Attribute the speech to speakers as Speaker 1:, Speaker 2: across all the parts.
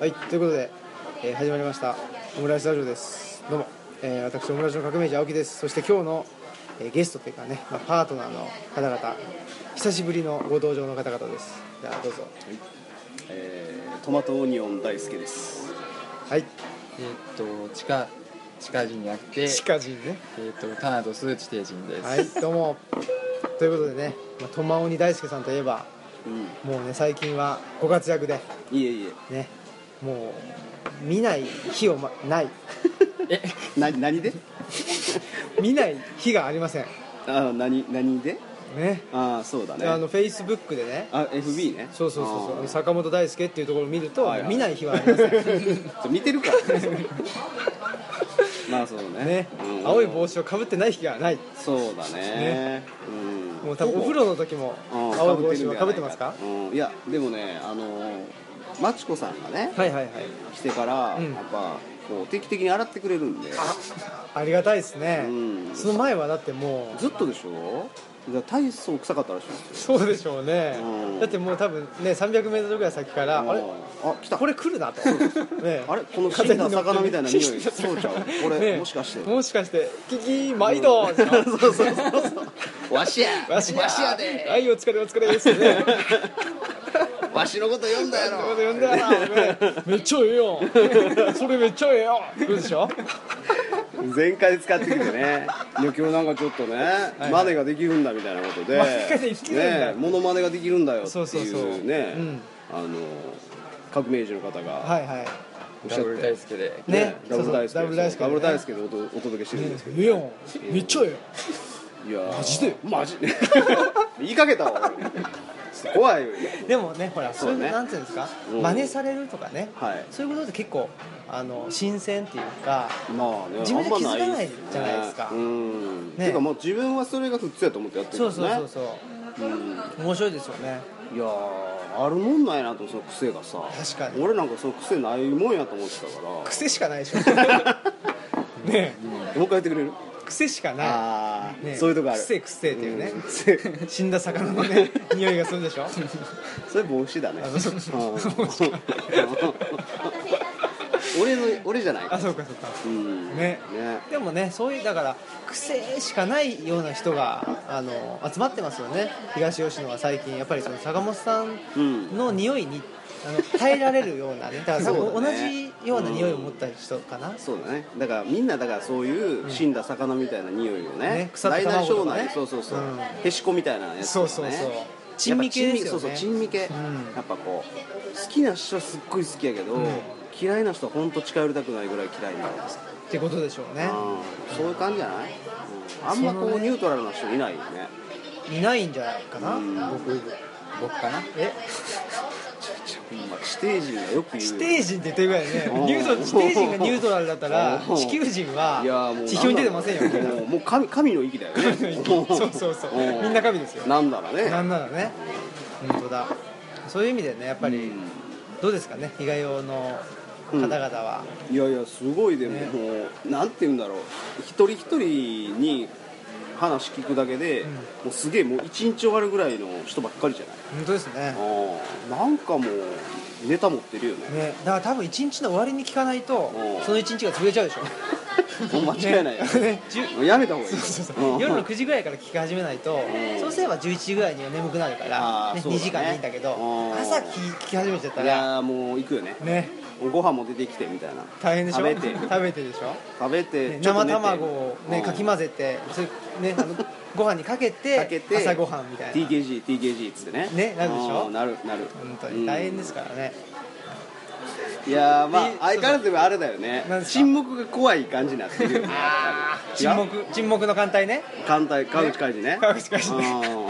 Speaker 1: はい、ということで、えー始まりましたオムライスラジオですどうも、えー私オムライスの革命児青木ですそして今日の、えーゲストというかね、まあ、パートナーの方々久しぶりのご登場の方々ですじゃあどうぞ
Speaker 2: えートマトオニオン大輔です。
Speaker 1: はい
Speaker 3: えーっと地下地下人じゃなくて、え
Speaker 1: 地下人ね
Speaker 3: ーっとタナトス地底人です。
Speaker 1: はいどうもということでね、まあ、トマオニ大輔さんといえば
Speaker 2: うん、
Speaker 1: もうね最近はご活躍で
Speaker 2: いえい
Speaker 1: ねもう見ない日を、ま、ない
Speaker 3: え、
Speaker 2: え。な何で？
Speaker 1: 見ない日がありません
Speaker 2: あ何何で？
Speaker 1: ね
Speaker 2: あそうだね。
Speaker 1: あのフェイスブックでね
Speaker 2: あ FB ね。
Speaker 1: そうそうそうそう
Speaker 2: あー
Speaker 1: 坂本大輔っていうところを見ると、
Speaker 2: はいはい
Speaker 1: 見ない日はありません
Speaker 2: そう 見てるから、ね。まあそうね。
Speaker 1: ね
Speaker 2: うん
Speaker 1: 青い帽。子をかぶってない日がない
Speaker 2: そうだね。
Speaker 1: ね
Speaker 2: うん。
Speaker 1: もう多分お風呂の時も
Speaker 2: ほ
Speaker 1: 青い
Speaker 2: ぼ
Speaker 1: 帽
Speaker 2: う
Speaker 1: 子
Speaker 2: ん
Speaker 1: をかぶってますか
Speaker 2: 被ってるんじゃないうん。いやでもねあのーマチコさんがね
Speaker 1: はいはいはい
Speaker 2: 来てから、
Speaker 1: うん
Speaker 2: やっぱこう定期的に洗ってくれるんで。
Speaker 1: ありがたいですね、
Speaker 2: うん
Speaker 1: その前はだってもう
Speaker 2: ずっとでしょ。だから体操臭かったらしいんですよ。
Speaker 1: そうでしょうね、
Speaker 2: うん
Speaker 1: だってもう多分ね 300m ぐらい先から、あれ
Speaker 2: あ来た
Speaker 1: これ 来るな と、ね
Speaker 2: あれこの死んだ魚みたいな匂い
Speaker 1: 風に乗って
Speaker 2: そうちゃうこれ、もしかして
Speaker 1: もしかして「キキ毎度!」
Speaker 2: そうそうそうそうわしや
Speaker 1: わしや
Speaker 2: わしやで
Speaker 1: はいお疲れお疲れですね
Speaker 2: わしのこと読んだや
Speaker 1: なる
Speaker 2: ろ
Speaker 1: ほど呼んだよなめっちゃええよそれめっちゃええよどうでしょ
Speaker 2: 前回使ってきてねいや今日なんかちょっとね、
Speaker 1: い
Speaker 2: マネができるんだみたいなことで
Speaker 1: マネができるんだ
Speaker 2: ねモノマネができるんだよって
Speaker 1: そうそう
Speaker 2: い
Speaker 1: そう
Speaker 2: うね
Speaker 1: うん
Speaker 2: あの革命児の方が
Speaker 1: はいはい
Speaker 2: おっし
Speaker 3: ダ
Speaker 2: ゃっ
Speaker 3: ブル大
Speaker 2: て
Speaker 3: 好きで。
Speaker 1: ね
Speaker 2: ダブル大好き
Speaker 1: そうそうダブル大好き
Speaker 2: ダブル大好きでおとお届けしてるんですけど
Speaker 1: ええやんめっちゃええよ
Speaker 2: いやマ
Speaker 1: ジで
Speaker 2: マジで 言いかけたわ俺ちょっと怖いよ今
Speaker 1: でもねほらそういう
Speaker 2: そうね
Speaker 1: なんていうんですか
Speaker 2: うん
Speaker 1: 真似されるとかね
Speaker 2: はい
Speaker 1: そういうことって結構あの新鮮っていうか
Speaker 2: まあね、
Speaker 1: 自分で気づかない
Speaker 2: あんまっすね
Speaker 1: じゃないですか
Speaker 2: うん。
Speaker 1: ね
Speaker 2: てかもう自分はそれが普通やと思ってやってる
Speaker 1: そ
Speaker 2: か
Speaker 1: う
Speaker 2: ら
Speaker 1: そうそう
Speaker 2: ね。
Speaker 1: そう
Speaker 2: うん
Speaker 1: 面白いですよね
Speaker 2: いやーあるもんないなとその癖がさ。
Speaker 1: 確かに
Speaker 2: 俺なんかその癖ないもんやと思ってたか
Speaker 1: 癖しかないでし ょねえ
Speaker 2: ら。もう一回やってくれる？
Speaker 1: 癖しかな
Speaker 2: あ
Speaker 1: いねえ
Speaker 2: そういうとこある。
Speaker 1: 癖癖っていうね
Speaker 2: ん癖。
Speaker 1: 死んだ魚の ね匂いがするでしょ
Speaker 2: それ帽子だね。
Speaker 1: あそう
Speaker 2: うん
Speaker 1: 帽子か
Speaker 2: 俺の俺じゃないか
Speaker 1: あ
Speaker 2: ら。
Speaker 1: そうかそうか
Speaker 2: うん。
Speaker 1: ね
Speaker 2: ね。
Speaker 1: でもねそういうだから癖しかないような人があの集まってますよね東吉野は最近やっぱりその坂本さん
Speaker 2: うん。
Speaker 1: の匂いにあの耐えられるようなねだからそ
Speaker 2: そう
Speaker 1: 同
Speaker 2: だね
Speaker 1: じような匂いを持った人かな、
Speaker 2: そうだねだからみんなだからそういう死んだ魚みたいな匂いをね,、
Speaker 1: ね腐った
Speaker 2: 大な
Speaker 1: 卵
Speaker 2: り小
Speaker 1: とかね
Speaker 2: なりそうそうそう、
Speaker 1: うん
Speaker 2: へしこみたいなやつ
Speaker 1: そ
Speaker 2: と
Speaker 1: う
Speaker 2: か
Speaker 1: そう
Speaker 2: ね
Speaker 1: そう
Speaker 2: やっぱ
Speaker 1: 珍味系ですよね
Speaker 2: 珍味そうそう珍味系、
Speaker 1: うん
Speaker 2: やっぱこう好きな人はすっごい好きやけど、
Speaker 1: ん
Speaker 2: 嫌いな人は本当近寄りたくないぐらい嫌いになるんですよ、
Speaker 1: ってことでしょうね
Speaker 2: うんそういう感じじゃない、うん、あんまこ
Speaker 1: そうのね
Speaker 2: ニュートラルな人いないよね
Speaker 1: いないんじゃないかな、
Speaker 2: うん
Speaker 1: 僕
Speaker 3: 僕かな。
Speaker 1: え
Speaker 2: ほんま地底人がよく言う
Speaker 1: 地底人って言ってるぐらいね
Speaker 2: うん
Speaker 1: ニュート地底人がニュートラルだったら
Speaker 2: うん
Speaker 1: 地球人はい
Speaker 2: やーもう
Speaker 1: 地表に出てませんよみんな
Speaker 2: もうもう神神の域だよね
Speaker 1: そうそうそうみんな神ですよ
Speaker 2: なんだろうね
Speaker 1: なんならね本当だそういう意味でねやっぱり、
Speaker 2: うん
Speaker 1: どうですかね被害用の方々は、
Speaker 2: いやいやすごいでも、
Speaker 1: ね
Speaker 2: もうなんて言うんだろう一人一人に話聞くだけで、
Speaker 1: うん
Speaker 2: もうすげえもう一日終わるぐらいの人ばっかりじゃない、
Speaker 1: 本当ですね
Speaker 2: ああなんかもうネタ持ってるよね
Speaker 1: ねだから多分一日の終わりに聞かないと
Speaker 2: うん
Speaker 1: その一日が潰れちゃうでしょ
Speaker 2: もう間違いないよ、
Speaker 1: ねねじゅ
Speaker 2: もうやめた方がいい
Speaker 1: そうそう
Speaker 2: うん
Speaker 1: 夜の9時ぐらいから聞き始めないと、
Speaker 2: うん
Speaker 1: そうすれば11時ぐらいには眠くなるから、
Speaker 2: あー
Speaker 1: ね
Speaker 2: そうだね
Speaker 1: 2時間でいいんだけど、
Speaker 2: うん
Speaker 1: 朝聞き聞き始めちゃった
Speaker 2: い
Speaker 1: ら
Speaker 2: やーもう行くよね
Speaker 1: ね
Speaker 2: ご飯も出てきてみたいな
Speaker 1: 大変でしょ
Speaker 2: 食べ て
Speaker 1: 食べてでしょ、
Speaker 2: 食べて、
Speaker 1: ね
Speaker 2: ちょっ
Speaker 1: 生
Speaker 2: と寝て
Speaker 1: 卵を、ね
Speaker 2: うん
Speaker 1: かき混ぜてそれ、ね、あの ご飯にかけて
Speaker 2: かけて
Speaker 1: 朝ごはんみたいな
Speaker 2: TKG TKG っつってね
Speaker 1: ねなるでしょ
Speaker 2: うんなるなる
Speaker 1: 本当に大変ですすからね、
Speaker 2: いやーまあ
Speaker 1: で
Speaker 2: 相変わらずでもあれだよね
Speaker 1: なんですか
Speaker 2: 沈黙が怖い感じになってるよねやっぱり
Speaker 1: 沈黙沈黙の艦隊ね
Speaker 2: 違う艦隊川口海事 ね
Speaker 1: 川口海事ね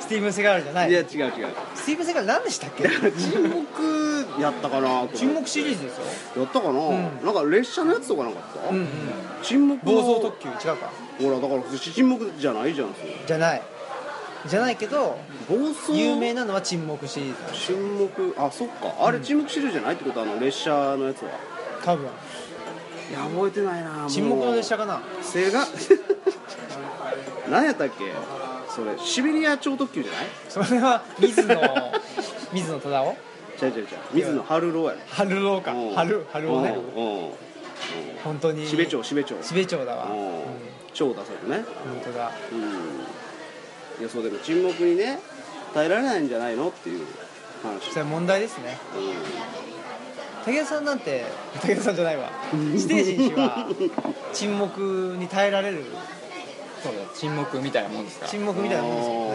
Speaker 1: スティーブン・セガールじゃな
Speaker 2: うん
Speaker 1: い
Speaker 2: いや違う違う
Speaker 1: スティーブン・セガール何でしたっ け
Speaker 2: 沈黙やったかな
Speaker 1: 沈黙シリーズですよ、
Speaker 2: やったかな、
Speaker 1: ん
Speaker 2: なんか列車のやつとかなかった、
Speaker 1: うんうん、
Speaker 2: 沈黙の
Speaker 1: 暴走特急違うか
Speaker 2: ほらだから沈黙じゃないじゃんそれ
Speaker 1: じゃないじゃないけど
Speaker 2: 暴走
Speaker 1: 有名なのは沈黙シリーズなんです
Speaker 2: 沈黙あそっかあれ沈黙シリーズじゃないってことあの列車のやつは
Speaker 1: 多分
Speaker 2: いや覚えてないなもう
Speaker 1: 沈黙の列車かな
Speaker 2: セガ 何やったっけそれシベリア超特急じゃない
Speaker 1: それは水野水野忠夫
Speaker 2: 違う違う違う水野春郎やろ
Speaker 1: 春郎か
Speaker 2: うん
Speaker 1: 春春をね
Speaker 2: うんうん
Speaker 1: 本当に
Speaker 2: しべ長しべ長
Speaker 1: 標町だわ、
Speaker 2: う
Speaker 1: うんん、
Speaker 2: 長出せるね
Speaker 1: 本当だ
Speaker 2: うんいやそうでも沈黙にね耐えられないんじゃないのっていう話
Speaker 1: それ問題ですね
Speaker 2: う
Speaker 1: 武田さんなんて武田さんじゃないわ指定人氏は沈黙に耐えられる
Speaker 3: そうだ沈黙みたいなもんですから
Speaker 1: 沈黙みたいなもんですもん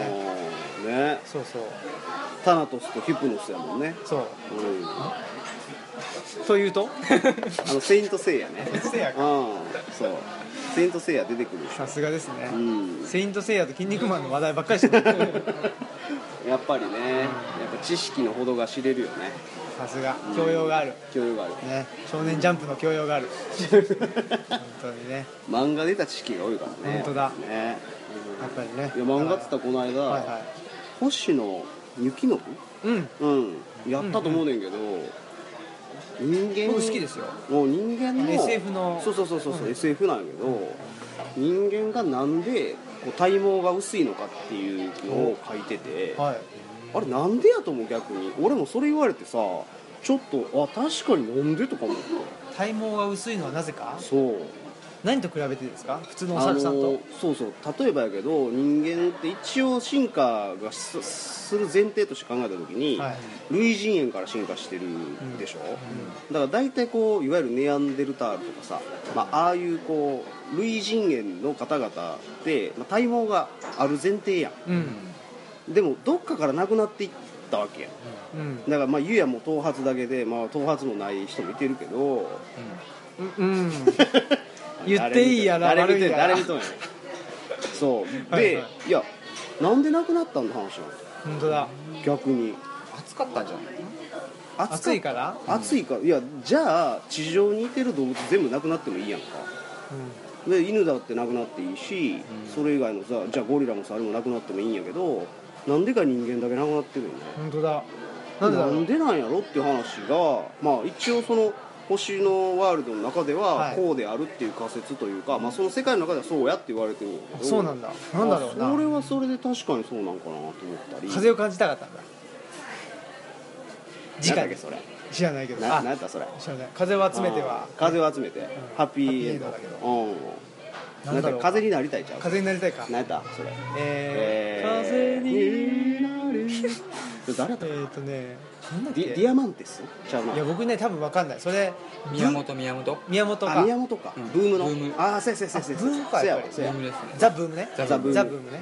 Speaker 1: ね
Speaker 2: んね
Speaker 1: そうそう
Speaker 2: タナトスとヒプノスやもんね
Speaker 1: そう
Speaker 2: うんあ
Speaker 1: というと
Speaker 2: のセイントセイヤね
Speaker 1: せやか
Speaker 2: うんそうセイントセイヤ出てくるでしょ
Speaker 1: さすがですね、
Speaker 2: うん
Speaker 1: セイントセイヤと筋肉マンの話題ばっかり してる
Speaker 2: やっぱりねやっぱ知識のほどが知れるよね
Speaker 1: さすが教養がある、
Speaker 2: 教養がある
Speaker 1: ね少年ジャンプの教養がある本当にね
Speaker 2: 漫画で得た知識が多いからね
Speaker 1: 本当だ
Speaker 2: ね
Speaker 1: やっぱりね
Speaker 2: いや漫画っつったらこの間、
Speaker 1: はいはい
Speaker 2: 星野幸信
Speaker 1: うん
Speaker 2: うんやったと思うねんけど、人間
Speaker 1: 僕好きですよ
Speaker 2: もう人間の
Speaker 1: SF の
Speaker 2: そうそうそうそう、
Speaker 1: うん
Speaker 2: SF なんやけど人間がなんでこう体毛が薄いのかっていうのを書いてて、
Speaker 1: はい
Speaker 2: あれなんでやと思う逆に俺もそれ言われてさちょっとあ確かになんでとか思った
Speaker 1: 体毛が薄いのはなぜか
Speaker 2: そう
Speaker 1: 何と比べてですか普通のお
Speaker 2: あ
Speaker 1: 猿
Speaker 2: の
Speaker 1: さんと、
Speaker 2: そうそう例えばやけど人間って一応進化がすする前提として考えた時に、
Speaker 1: はい
Speaker 2: 類人猿から進化してるでしょ、だから大体こういわゆるネアンデルタールとかさ、まあ、ああいうこう類人猿の方々って、まあ、体毛がある前提や
Speaker 1: うん
Speaker 2: んでもどっかからなくなっていったわけやん
Speaker 1: うん
Speaker 2: だからまあゆうやも頭髪だけで、まあ、頭髪もない人もいてるけど
Speaker 1: うん、うん、言っていいやら
Speaker 2: 誰見
Speaker 1: 悪
Speaker 2: て
Speaker 1: い
Speaker 2: ん
Speaker 1: やら
Speaker 2: 誰見とんやねんそう で、
Speaker 1: はい
Speaker 2: い
Speaker 1: はい
Speaker 2: やなんでなくなったんの話な
Speaker 1: 本当だ
Speaker 2: の逆に
Speaker 3: 暑かったんじゃない
Speaker 2: 暑
Speaker 1: 暑いから、
Speaker 2: ら暑いからいやじゃあ地上にいてる動物全部なくなってもいいやんか
Speaker 1: う
Speaker 2: で犬だってなくなっていいし、それ以外のさじゃあゴリラもさあれもなくなってもいいんやけどなんでか人間だけなくなってるんだ
Speaker 1: ん、本当だな
Speaker 2: なんん
Speaker 1: で
Speaker 2: で
Speaker 1: だろう
Speaker 2: なんやろっていう話が、まあ、一応その星のワールドの中で
Speaker 1: は
Speaker 2: はいこうであるっていう仮説というか、まあ、その世界の中ではそうやって言われてるんやけど
Speaker 1: そうなんだなんだろう
Speaker 2: あそれ
Speaker 1: な
Speaker 2: はそれで確かにそうなんかなと思ったり
Speaker 1: 風を感じたかったんだ
Speaker 2: なんだっ
Speaker 1: 直
Speaker 2: けそれ
Speaker 1: 知らないけどあ
Speaker 2: な何やったそれ
Speaker 1: 知らない風を集めては
Speaker 2: あー風を集めて、ハッピーエンド
Speaker 1: ハッピーエンドだけ
Speaker 2: うん、なんか風になりたいちゃう
Speaker 1: 風になりたいか
Speaker 2: 何やったそれ
Speaker 1: えー、風
Speaker 2: え
Speaker 1: に
Speaker 2: なる誰やっ
Speaker 1: え
Speaker 2: た
Speaker 1: っ、
Speaker 2: デ
Speaker 1: ー、とねなんだっけ
Speaker 2: ィディアマンテスちゃうない
Speaker 1: や僕ね多分わかんないそれ
Speaker 3: 宮本宮本
Speaker 1: 宮本
Speaker 2: あ
Speaker 1: か
Speaker 2: 宮本か、
Speaker 3: うん
Speaker 2: ブームの
Speaker 3: ブーム
Speaker 2: ああそうやそうやそうやそう
Speaker 1: あブー
Speaker 2: や
Speaker 1: ムか
Speaker 2: そう
Speaker 1: やっ
Speaker 2: や
Speaker 1: ぱり
Speaker 2: そう
Speaker 3: ブ
Speaker 2: や
Speaker 3: ームですね
Speaker 1: ザ・ブームね
Speaker 3: ザ
Speaker 2: ザ・ブーム
Speaker 1: ザブームね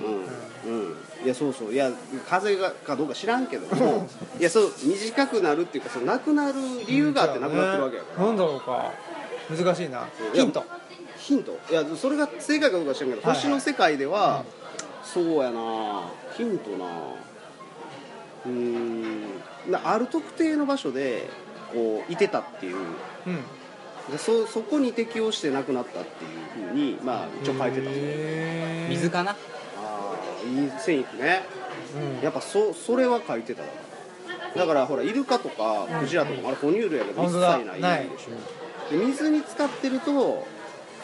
Speaker 2: うん、うんいやそうそういや風がかどうか知らんけどもいやそう短くなるっていうかそのなくなる理由があってなくなってるわけやから、
Speaker 1: なんだろうか難しいな
Speaker 2: そう
Speaker 1: ヒント
Speaker 2: ヒントいやそれが正解かどうか知らんけど、
Speaker 1: はいはい
Speaker 2: 星の世界では、そうやなヒントなうーんなある特定の場所でこういてたっていう
Speaker 1: うん
Speaker 2: でそそこに適応してなくなったっていうふうにまあ一応書いてた
Speaker 1: へー
Speaker 3: 水かな
Speaker 2: ああいい線いくね
Speaker 1: うん
Speaker 2: やっぱそそれは書いてただからだからほらイルカとかクジラとかもあれ哺乳類やけど一
Speaker 1: 本
Speaker 2: 切
Speaker 1: 当だ
Speaker 2: ない
Speaker 1: ない
Speaker 2: でしょで水に浸かってると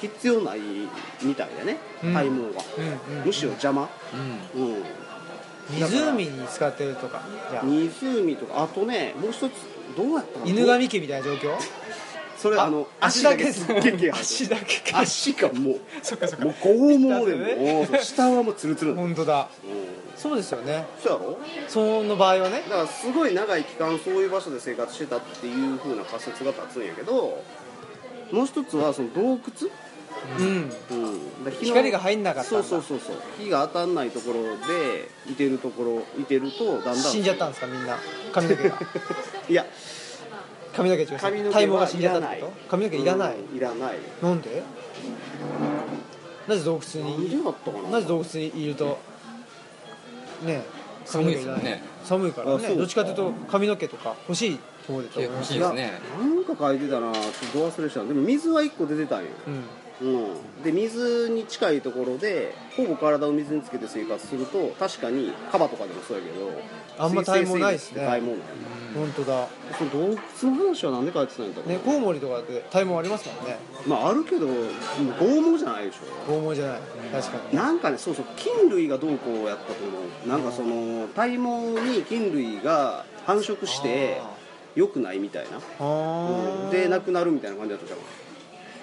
Speaker 2: 必要ないみたいだね
Speaker 1: うん
Speaker 2: 体毛が、
Speaker 1: うんうん
Speaker 2: むしろ邪魔、
Speaker 3: うん
Speaker 2: うん、
Speaker 1: 湖に使ってるとかじゃあ
Speaker 2: 湖とかあとねもう一つどうやったの
Speaker 1: 犬神家みたいな状況
Speaker 2: それあの
Speaker 1: 足だけ
Speaker 2: すっげえ毛生えてる
Speaker 1: 足だけか
Speaker 2: 足がもう
Speaker 1: そっかそっ
Speaker 2: もう剛毛で
Speaker 1: ピタッとね
Speaker 2: もうそう下はもうツルツルなの
Speaker 1: 本当だ
Speaker 2: うん
Speaker 1: そうですよね
Speaker 2: そうやろ
Speaker 1: その場合はね
Speaker 2: だからすごい長い期間そういう場所で生活してたっていう風な仮説が立つんやけどもう一つはその洞窟、
Speaker 1: うん
Speaker 2: うん、だから日の
Speaker 1: 光が入んなかったん
Speaker 2: そう
Speaker 1: だ
Speaker 2: そうそうそう日が当たんないところでいてるところいてるとだんだん
Speaker 1: 死んじゃったんですかみんな髪の毛 が
Speaker 2: いや
Speaker 1: 髪の毛違う
Speaker 2: 髪の毛
Speaker 1: 体毛
Speaker 2: は
Speaker 1: が死ん
Speaker 2: い
Speaker 1: じゃ
Speaker 2: ら
Speaker 1: ったっ
Speaker 2: な
Speaker 1: て
Speaker 2: い
Speaker 1: こと髪の毛いらない
Speaker 2: うんいらない
Speaker 1: なんでなぜ洞窟
Speaker 2: 何
Speaker 1: に
Speaker 2: でだったかな
Speaker 1: なぜ洞窟にいるとねえ
Speaker 3: 寒いですもんね
Speaker 1: 髪の毛いらない寒いから
Speaker 2: あそう
Speaker 1: ね
Speaker 2: か
Speaker 1: どっちかというと髪の毛とか欲しい方でと思いま
Speaker 3: 欲
Speaker 1: す
Speaker 3: しいです
Speaker 2: い
Speaker 3: ね
Speaker 2: やなんか書いてたなちょっとど忘れしたなでも水は一個出てたんよ
Speaker 1: うん
Speaker 2: うん、で水に近いところでほぼ体を水につけて生活すると確かにカバとかでもそうやけど
Speaker 1: あんま体毛ないっすね
Speaker 2: 水生物って体毛ない
Speaker 1: 本当だ
Speaker 2: その洞窟の話はなんで書いてたんだろう、
Speaker 1: ねコウモリとかって体毛ありますもんね
Speaker 2: まああるけど剛毛じゃないでしょ
Speaker 1: 剛毛じゃない確かに
Speaker 2: なんかねそうそう菌類がどうこうやったと思うなんかその体毛に菌類が繁殖して
Speaker 1: あ
Speaker 2: 良くないみたいな、
Speaker 1: あ
Speaker 2: うん
Speaker 1: あ
Speaker 2: で亡くなるみたいな感じだったじゃん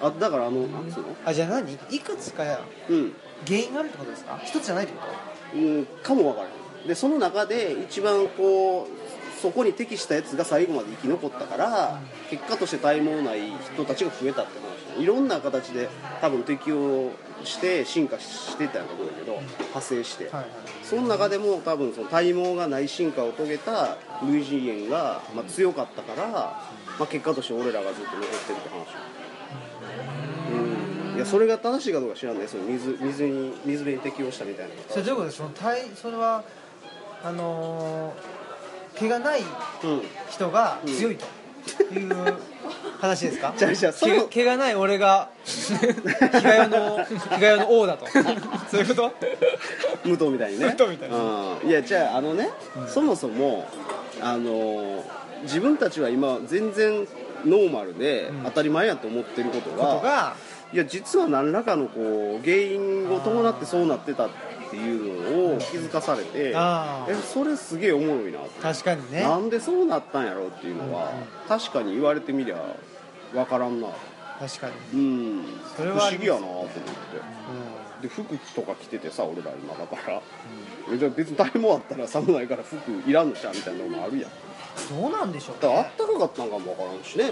Speaker 2: あだからあのなんつうの
Speaker 1: あじゃあ何いくつか原
Speaker 2: うん
Speaker 1: 因があるってことですか一つじゃないってこと
Speaker 2: うん、かも分からへんでその中で一番こうそこに適したやつが最後まで生き残ったから結果として体毛ない人たちが増えたって話いろんな形で多分適応して進化してたんやと思うんだけど派生して、
Speaker 1: はいはい
Speaker 2: その中でも多分その体毛がない進化を遂げた類人猿が、まあ、強かったから、まあ、結果として俺らがずっと残ってるって話うんいやそれが正しいかどうか知らないその水水に水辺に適応したみたいな
Speaker 1: それどういうことですかその体それはあのー毛がない
Speaker 2: うん
Speaker 1: 人が強いという話ですか
Speaker 2: じゃあじゃあその
Speaker 1: 毛毛がない俺が 日が代の日が代の王だとそういうこと
Speaker 2: 武藤みたいにね
Speaker 1: 武藤みたいな
Speaker 2: うん、いやじゃああのね、そもそもあのー自分たちは今全然ノーマルで
Speaker 1: うん
Speaker 2: 当たり前やと思ってることが,、
Speaker 1: ことが
Speaker 2: いや実は何らかのこう原因を伴ってそうなってたっていうのを気づかされて
Speaker 1: あー
Speaker 2: えそれすげえおもろいなって、
Speaker 1: 確かにね
Speaker 2: なんでそうなったんやろうっていうのは、
Speaker 1: うんうん
Speaker 2: 確かに言われてみりゃ分からんな
Speaker 1: 確かに、
Speaker 2: うん
Speaker 1: それ
Speaker 2: 不
Speaker 1: はあ
Speaker 2: 思
Speaker 1: ります
Speaker 2: 議やなと思って。
Speaker 1: う
Speaker 2: で服とか着ててさ俺ら今だから、えじゃあ別に誰もあったら寒ないから服いらんのちゃうみたいなのもあるやんだ
Speaker 1: ん、どうなんでしょう
Speaker 2: からあ
Speaker 1: ね
Speaker 2: ったかかったんかもわからんしね、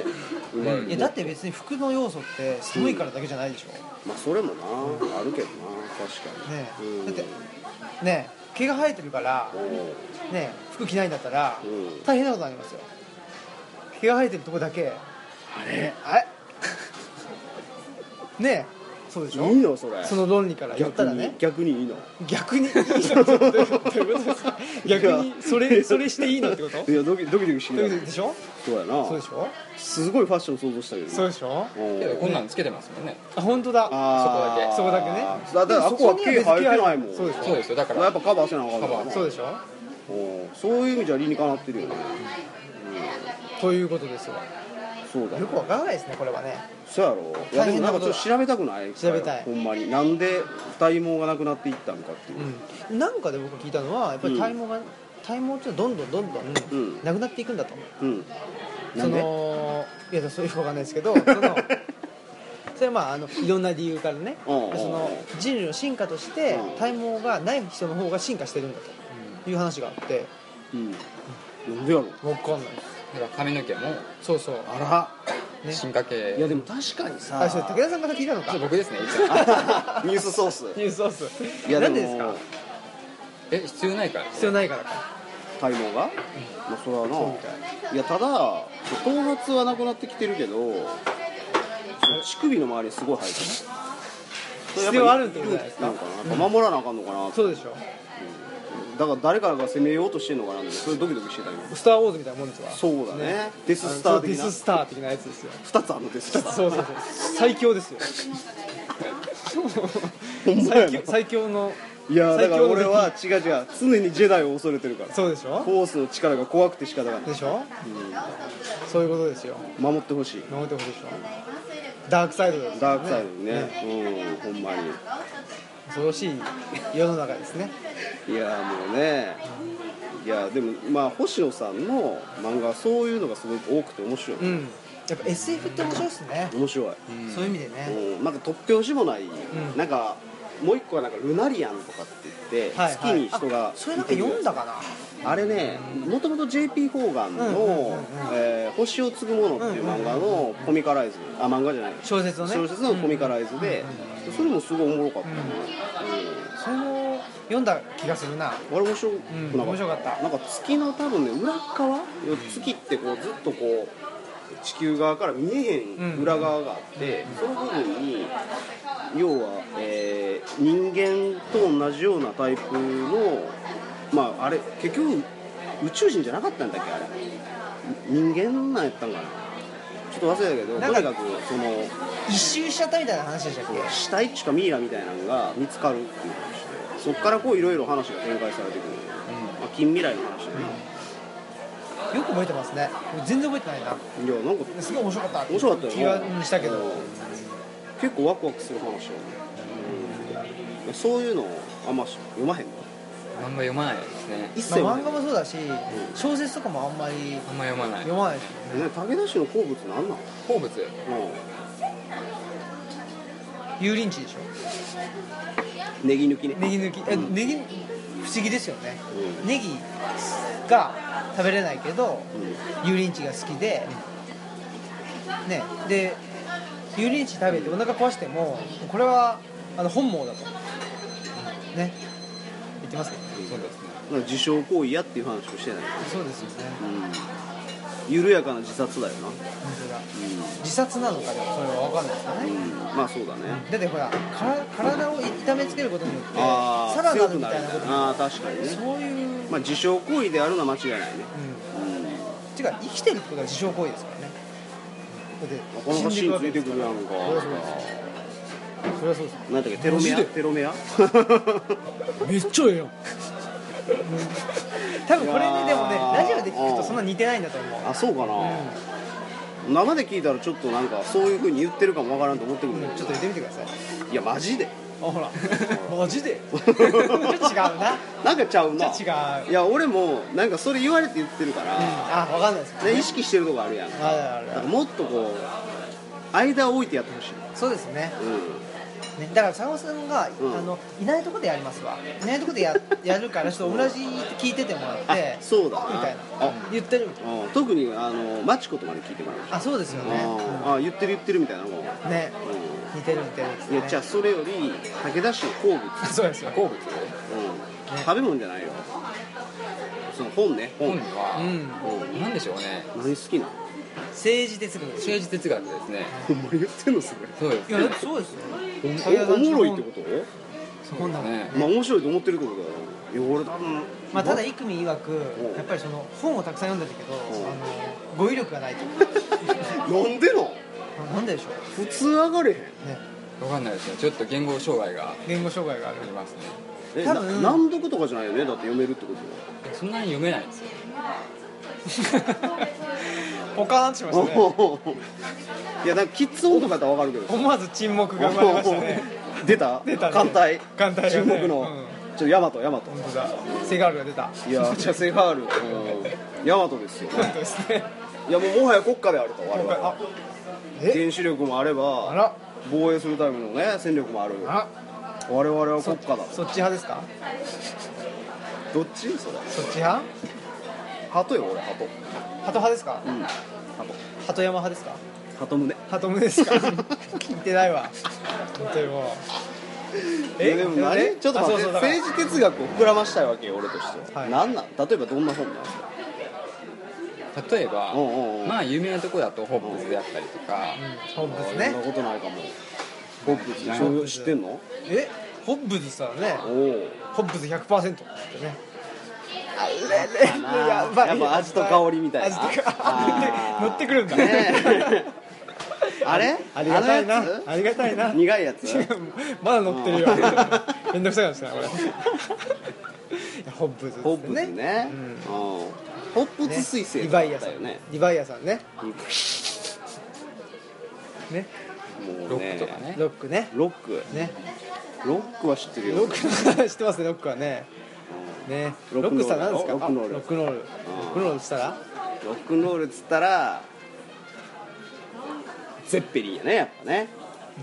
Speaker 2: 生まれる
Speaker 1: いやだって別に服の要素って寒いからだけじゃないでしょ、
Speaker 2: まあそれもな、あるけどな確かに
Speaker 1: ねえ、
Speaker 2: うん
Speaker 1: だってねえ毛が生えてるから
Speaker 2: おう
Speaker 1: ねえ服着ないんだったら、
Speaker 2: うん
Speaker 1: 大変なことになりますよ毛が生えてるとこだけ
Speaker 2: あれ
Speaker 1: あれねえそうでしょ
Speaker 2: いいのそれ
Speaker 1: その論理から言った
Speaker 2: 逆
Speaker 1: ら
Speaker 2: に、
Speaker 1: ね
Speaker 2: 逆にいいの
Speaker 1: 逆にいいのってどういうことですか逆にそれそれしていいのってこと
Speaker 2: いやドキドキドキ
Speaker 1: と
Speaker 2: し
Speaker 1: い
Speaker 2: な
Speaker 1: うこ
Speaker 2: い
Speaker 1: とでしょ
Speaker 2: そうやな
Speaker 1: そうでしょ
Speaker 2: すごいファッション想像したけど
Speaker 1: そう
Speaker 2: で
Speaker 1: でしょ
Speaker 3: こんなんつけてますもんね
Speaker 1: あ本当だ
Speaker 2: あー
Speaker 1: そこだけそこだけね
Speaker 2: だってあそこは毛生えてないもん
Speaker 1: そうでしょ
Speaker 3: そうですよだか
Speaker 2: やっ
Speaker 3: ら
Speaker 2: ぱカバーせなあかんからな
Speaker 1: そうでしょ
Speaker 2: おうそういう意味じゃ理にかなってるよね、
Speaker 1: ということですよ
Speaker 2: そうだ
Speaker 1: よくわからないですねこれはね
Speaker 2: そうやろいやでもなんかちょっと調べたくない
Speaker 1: 調べたい
Speaker 2: ほんまになんで体毛がなくなっていったのかっていう、
Speaker 1: うんなんかで僕聞いたのはやっぱり体毛が体毛っていうのはどんどんどんど
Speaker 2: うん
Speaker 1: んなくなっていくんだと
Speaker 2: うんな
Speaker 1: そ
Speaker 2: んで
Speaker 1: のいやそういうわかんないです けどそのそれはまああのいろんな理由からね
Speaker 2: うんうんうん
Speaker 1: その人類の進化として
Speaker 2: うん
Speaker 1: 体毛がない人の方が進化してるんだという話があって
Speaker 2: うんなんでやろ
Speaker 1: わかんない
Speaker 3: だから髪の毛も
Speaker 1: そうそう
Speaker 2: あ
Speaker 1: ね
Speaker 3: 進化
Speaker 2: らいや
Speaker 3: 系
Speaker 2: でも確かにさ
Speaker 1: あそれ武田さんから聞いたのか
Speaker 3: そう
Speaker 1: ニ
Speaker 3: 僕ですね一応
Speaker 2: ニュースソース
Speaker 1: ュースソース
Speaker 2: いや
Speaker 1: なんでですか
Speaker 3: え必要ないから
Speaker 1: 必要ないからか
Speaker 2: 体毛が、まあそれは
Speaker 1: そうみた
Speaker 2: ないやただ頭髪はなくなってきてるけどその乳首の周りにすごい生えてる
Speaker 1: 必要あるってことじゃないですか
Speaker 2: なんかなやっぱ守らなあかんのかなって
Speaker 1: そうでしょ
Speaker 2: だから誰かが攻めようとしてんのかなってそれドキドキしてた今
Speaker 1: スター・ウォーズみたいなもんですわ
Speaker 2: そうだねデススター的
Speaker 1: あの
Speaker 2: な
Speaker 1: そうデススター的なやつですよ
Speaker 2: 2つあるんです
Speaker 1: そうそうそう最強ですよ
Speaker 2: ほんまや
Speaker 1: 最
Speaker 2: な
Speaker 1: 強最強の
Speaker 2: いやだ
Speaker 1: 最強の
Speaker 2: から俺は違う違う常にジェダイを恐れてるから
Speaker 1: そうでしょ
Speaker 2: フォースの力が怖くて仕方がない
Speaker 1: でしょそういうことですよ
Speaker 2: 守ってほしい
Speaker 1: 守ってほしいでしょダークサイドですよね
Speaker 2: ダークサイドにねうんほんまに
Speaker 1: 恐ろしい世の中ですね
Speaker 2: いやもうねいやでもまあ星野さんの漫画はそういうのがすごく多くて面白い、
Speaker 1: うんやっぱ SF って面白いですね
Speaker 2: 面白い、
Speaker 1: そういう意味でね
Speaker 2: うんなんか突拍子もない、
Speaker 1: ん
Speaker 2: なんかもう一個はなんかルナリアンとかって言って、
Speaker 1: はい
Speaker 2: 月に人
Speaker 1: あ
Speaker 2: が
Speaker 1: それなんか読んだかな
Speaker 2: あれねもともと JP ホーガン
Speaker 1: うんうんうんう
Speaker 2: の
Speaker 1: ん
Speaker 2: 「えー星を継ぐもの」っていう漫画のコミカライズあ漫画じゃない
Speaker 1: 小説のね
Speaker 2: 小説のコミカライズでそれもすごいおもろかったね
Speaker 1: それも読んだ気がするな
Speaker 2: うんあれ面白く
Speaker 1: うん
Speaker 2: なか
Speaker 1: 面白か
Speaker 2: っ
Speaker 1: った
Speaker 2: たなんか月の多分ね裏っ側月ってこうずっとこう地球側から見えへん裏側があってその部分に要は、えー人間と同じようなタイプのまああれ結局宇宙人じゃなかったんだっけあれ人間なんやったんかなちょっと忘れたけど
Speaker 1: なんか
Speaker 2: とにかくその
Speaker 1: 一周しちゃったみたいな話でしたっけ
Speaker 2: 死体っちゅうかミイラみたいなのが見つかるっていう話でそっからこういろいろ話が展開されてくる、まあ、近未来の話だね、
Speaker 1: よく覚えてますね全然覚えてないない
Speaker 2: やなんか
Speaker 1: すごい面白かった
Speaker 2: 面白かったよな
Speaker 1: 気がうんしたけど
Speaker 2: うん結構ワクワクする話だね、うんそういうのをあんま読まへんの
Speaker 1: あ
Speaker 3: 漫画読まないですね
Speaker 2: 一
Speaker 1: まあ
Speaker 2: 切はない
Speaker 1: 漫画もそうだし小説とかもあんまり
Speaker 3: あんま読まない
Speaker 1: 読まないですよね
Speaker 2: ね武田氏の好物なんなの
Speaker 3: 好物
Speaker 1: 油淋鶏でし
Speaker 2: うんネギ抜きね
Speaker 1: ょネギ抜きえ
Speaker 2: うん
Speaker 1: ネギ不思議ですよね
Speaker 2: う
Speaker 1: ネギが食べれないけど
Speaker 2: うん
Speaker 1: 油淋鶏が好きでねで油淋鶏食べてお腹壊してもこれはあの本望だとね言ってますけどね
Speaker 3: そうですね
Speaker 2: なんか自傷行為やっていう話をしてない、
Speaker 1: そうですよね
Speaker 2: うん、緩やかな自殺だよな、
Speaker 1: 本当だ
Speaker 2: う
Speaker 1: 自殺なのかでもそれは分かんないですよね
Speaker 2: んうん、まあそうだね
Speaker 1: だってほらから体を痛めつけることによって
Speaker 2: あ
Speaker 1: サ
Speaker 2: あ
Speaker 1: ラ
Speaker 2: 強
Speaker 1: ダ
Speaker 2: く
Speaker 1: み
Speaker 2: な
Speaker 1: た
Speaker 2: る
Speaker 1: いな
Speaker 2: みた
Speaker 1: こと
Speaker 2: いなああ確かにね、
Speaker 1: そういう、
Speaker 2: まあ、自傷行為であるのは間違いないね、
Speaker 1: うん
Speaker 2: うん
Speaker 1: てか生きてるってことは自傷行為ですからね
Speaker 2: な
Speaker 1: だ
Speaker 2: か
Speaker 1: って死
Speaker 2: なか
Speaker 1: んでい
Speaker 2: 芯
Speaker 1: く
Speaker 2: つ
Speaker 1: わけ
Speaker 2: い
Speaker 1: で
Speaker 2: て
Speaker 1: すか
Speaker 2: くるやんか
Speaker 1: らそれはそうです
Speaker 2: なんだっけテロメ
Speaker 1: マ
Speaker 2: ア
Speaker 1: ジで
Speaker 2: テロメ ア
Speaker 1: めっちゃええやん多分これねでもね
Speaker 2: いやー
Speaker 1: ラジオで聞くとそんな似てないんだと思う
Speaker 2: あそうかな、生で聞いたらちょっとなんかそういうふうに言ってるかもわからんと思ってくるんだ
Speaker 1: うんち
Speaker 2: け
Speaker 1: ょっ
Speaker 2: ど
Speaker 1: と言ってみてください
Speaker 2: いやマジで
Speaker 1: あほ らマジでちょっと違うな
Speaker 2: なんかちゃうな
Speaker 1: ちょっと違う
Speaker 2: いや俺もなんかそれ言われて言ってるから、
Speaker 1: あ分かんないです
Speaker 2: ね、意識してるとこあるやんだ
Speaker 1: あるある
Speaker 2: か
Speaker 1: あ
Speaker 2: ら
Speaker 1: る
Speaker 2: もっとこう間を置いてやってほしい、
Speaker 1: そうですね
Speaker 2: う
Speaker 1: ね、だから坂本さんが、
Speaker 2: うん
Speaker 1: あのいないとこでやりますわいないとこで ややるからちょっと同じ聞いててもらって
Speaker 2: あそうだな
Speaker 1: みたいな
Speaker 2: あ
Speaker 1: 言ってる
Speaker 2: んうん、特にあのマチコとかに聞いてもらいました
Speaker 1: あそうですよね、
Speaker 2: ああ言ってる言ってるみたいなのも、
Speaker 1: うんね
Speaker 2: う
Speaker 1: 似てる似てるっつって
Speaker 2: ん、い
Speaker 1: ね
Speaker 2: やじゃあそれより武田氏の好物、うん
Speaker 1: そうですよ
Speaker 3: 好物
Speaker 2: 食べ物じゃないよその本ね本
Speaker 3: 本
Speaker 1: う
Speaker 3: は、
Speaker 1: ん
Speaker 2: うん
Speaker 3: なんでしょうね
Speaker 2: 何好きなの
Speaker 1: 政治哲学ですよ
Speaker 3: 政治哲学ですね
Speaker 2: ほんまに言ってんのそれ
Speaker 3: そうです
Speaker 1: いやだってそうですよ
Speaker 2: おおもろいってこと、
Speaker 3: そうですね
Speaker 2: まあ面白いと思ってるってことだよいや俺多分
Speaker 1: まあ、ただ生見曰く
Speaker 2: うん
Speaker 1: やっぱりその本をたくさん読んでたけど
Speaker 2: ん
Speaker 1: あの語彙力がないと
Speaker 2: なんでの
Speaker 1: あなんででしょ
Speaker 2: 普通上がれへん
Speaker 1: うね
Speaker 3: わかんないですねちょっと言語障害があ
Speaker 1: 言語障害が ある
Speaker 3: りますね
Speaker 2: え
Speaker 1: 多分
Speaker 2: な難読とかじゃないよねだって読めるってこと
Speaker 3: そんなに読めないんですよ
Speaker 1: ポカーンとしま
Speaker 2: は、 いやなんかキッズ音とかやったらわかるけど
Speaker 1: 思わず沈黙
Speaker 2: 出た
Speaker 1: 出たね
Speaker 2: 艦隊
Speaker 1: 艦隊がね
Speaker 2: 中国の、
Speaker 1: うん
Speaker 2: ちょっとヤマトヤマト
Speaker 1: 本当だセガールが出た
Speaker 2: いやチャセガール、うん、ヤマトですよ
Speaker 1: 本当ですね
Speaker 2: いやもうもはや国家であると我
Speaker 1: 今
Speaker 2: 々
Speaker 1: 回あ
Speaker 2: は
Speaker 1: え
Speaker 2: 原子力もあれ
Speaker 1: あ
Speaker 2: ば
Speaker 1: ら
Speaker 2: 防衛するためのね戦力もある
Speaker 1: あ
Speaker 2: 我々は国家だ
Speaker 1: そっち派ですか
Speaker 2: どっちそれ
Speaker 1: そっち派
Speaker 2: 鳩よ俺鳩
Speaker 1: 鳩派ですか
Speaker 2: うん鳩
Speaker 1: 鳩山派ですか
Speaker 2: 鳩胸
Speaker 1: 鳩胸です か聞いてないわ本当にもう
Speaker 2: いやでも何ちょっと
Speaker 1: あ
Speaker 2: 待
Speaker 1: そ
Speaker 2: っ
Speaker 1: うそう
Speaker 2: て
Speaker 1: だから
Speaker 2: 政治哲学を膨らましたいわけよ俺としては、
Speaker 1: はい
Speaker 2: なんなん例えばどんな本なんですか
Speaker 3: 例えば
Speaker 2: おうおうおう
Speaker 3: まあ有名なとこだとホップスであったりとか
Speaker 1: ホッブス
Speaker 2: そん
Speaker 1: ね
Speaker 2: なことないかもホップス
Speaker 3: ホッ
Speaker 2: そう知ってんの
Speaker 1: えホッブスだね
Speaker 2: おお
Speaker 1: ホッブス100%ってねあ
Speaker 2: な
Speaker 1: れやばい
Speaker 2: やっぱ味と香りみたいな
Speaker 1: 味と香
Speaker 2: あー
Speaker 1: 乗ってくるんだ
Speaker 2: ね あれ
Speaker 1: ありがたい
Speaker 2: あ
Speaker 1: な
Speaker 2: のやつ
Speaker 1: ありがたいな
Speaker 2: 苦いやつ
Speaker 1: まだ乗ってるよ
Speaker 2: うん。
Speaker 1: めんどくさいですね、これ。い やホップズ、ね。
Speaker 2: ホップスねうんホップ
Speaker 1: ね
Speaker 2: ス水星
Speaker 1: リ
Speaker 2: だ
Speaker 1: バ
Speaker 2: っ
Speaker 1: イア
Speaker 2: た
Speaker 1: さ
Speaker 2: よ
Speaker 1: ん
Speaker 2: ね
Speaker 1: ね。リバイアさんね。ね。
Speaker 2: も
Speaker 3: ロ
Speaker 2: う
Speaker 3: ッ
Speaker 2: ね
Speaker 3: クとかね
Speaker 1: ロックね。
Speaker 2: ロック
Speaker 1: ね。
Speaker 2: ロックは知ってるよ
Speaker 1: ロック知ってますね、ロックはね。ね。
Speaker 2: ロ
Speaker 1: ロッ
Speaker 2: ック
Speaker 1: クしたら何ですか？
Speaker 2: ロックノール
Speaker 1: あロックノール。ロックノールしたら？
Speaker 2: ロックンロールっつったらゼッペリンやねやっぱね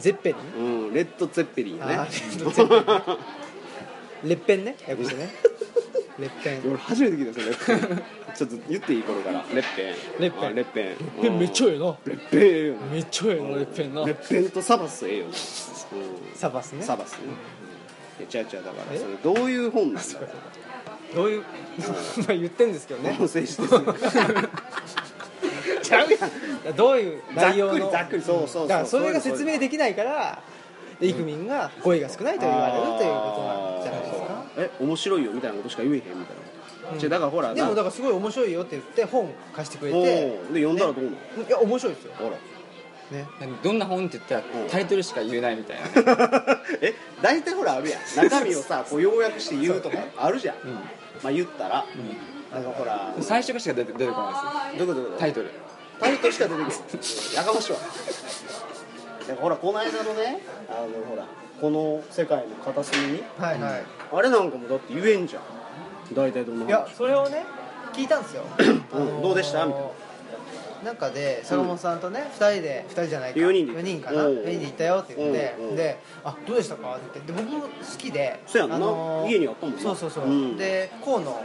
Speaker 1: ゼッペリン？
Speaker 2: うんレッドゼッペリンやね
Speaker 1: あーレッドゼッレッペンね。略して ね。レッペン。
Speaker 2: 俺初めて聞いたよそれレッペンちょっと言っていい頃からレッペン
Speaker 1: レッペン
Speaker 2: あレッペンレッ
Speaker 1: ええな。
Speaker 2: レッペンええよね
Speaker 1: めっちゃええな
Speaker 2: レッペンレッペンとサバスええよねう
Speaker 1: サバス
Speaker 2: ん
Speaker 1: ね。
Speaker 2: サバスねいやちゃうちゃうだから
Speaker 1: え
Speaker 2: それどういう本なんだろう
Speaker 1: どういう まあ言ってんですけどね。
Speaker 2: 本性質 ですねちゃうやん
Speaker 1: どういう内容の
Speaker 2: ざっくりざっくりそうそうそう
Speaker 1: だからそれが
Speaker 2: そういうこと
Speaker 1: 説明できないからでイクミンが語彙が少ないと言われるということなんじゃないですか
Speaker 2: え面白いよみたいなことしか言えへんみたいなこと、
Speaker 1: うん
Speaker 2: じゃあだからほら
Speaker 1: でもだ
Speaker 2: な
Speaker 1: からすごい面白いよって言って本貸してくれ
Speaker 2: おう
Speaker 1: て
Speaker 2: で読んだらどうなの、
Speaker 1: いや面白いですよ
Speaker 2: ほら
Speaker 1: ね
Speaker 3: どんな本って言った
Speaker 2: うん
Speaker 3: らタイトルしか言えないみたいなね
Speaker 2: え大体ほらあるやん中身をさこう要約して言うとかあるじゃん、まあ言ったら、なんかほら
Speaker 3: 最初しか出て出てこないで
Speaker 2: ど
Speaker 3: す
Speaker 2: ういうことどういうこと
Speaker 3: タイトル
Speaker 2: タイトルしか出てけないやかましいわなんかほらこの間のねあのほらこの世界の片隅に
Speaker 1: はいはい
Speaker 2: あれなんかもだって言えんじゃん大体どんない話、
Speaker 1: やそれをね聞いたんですよ
Speaker 2: うんどうでしたみたいな
Speaker 1: なんかで坂本さんとね、2人で2人じゃないか
Speaker 2: 四人で
Speaker 1: 四人かな
Speaker 2: おう
Speaker 1: 4人で行ったよって言って、
Speaker 2: おうおう
Speaker 1: で「あどうでしたか?」って言ってで僕も好きで
Speaker 2: そうやんな家にあったもんな
Speaker 1: そうそうそう、
Speaker 2: うん
Speaker 1: で河野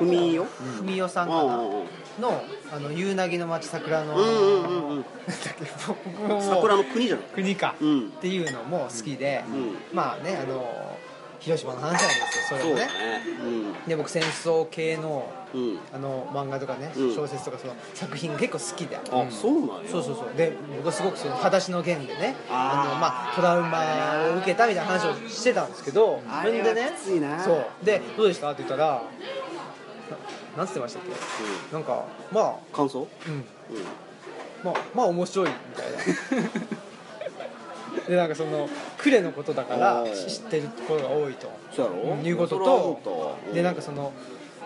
Speaker 2: 踏みよ
Speaker 1: 文代さん
Speaker 2: う
Speaker 1: かな、
Speaker 2: んうん
Speaker 1: のあの夕凪の町桜の、
Speaker 2: うんうんうんう ん
Speaker 1: だけど僕も
Speaker 2: 桜の国じゃない
Speaker 1: 国か、
Speaker 2: うん
Speaker 1: っていうのも好きで、
Speaker 2: うん
Speaker 1: まあねあの広島の話なんですよそれ
Speaker 2: そう
Speaker 1: もね
Speaker 2: だね
Speaker 1: で僕戦争系の
Speaker 2: うんうん
Speaker 1: あの漫画とかね、
Speaker 2: うん
Speaker 1: 小説とかその作品が結構好きで、
Speaker 2: あそうなんや
Speaker 1: そうそうそうで僕はすごくその「裸足の弦」でね
Speaker 2: あー
Speaker 1: あの、まあ、トラウマを受けたみたいな話をしてたんですけど
Speaker 2: あれは
Speaker 1: そでね
Speaker 2: きついな
Speaker 1: そうで「どうでした?」って言ったら「ななんつってましたっけ
Speaker 2: うん
Speaker 1: なんかまあ
Speaker 2: 感想
Speaker 1: うん
Speaker 2: うん
Speaker 1: まあまあ面白いみたいな でなんかそのクレのことだから
Speaker 2: おー
Speaker 1: 知ってるところが多いと
Speaker 2: そうやろ
Speaker 1: いうこと
Speaker 2: それは思ったわ
Speaker 1: と
Speaker 2: う
Speaker 1: でなんかその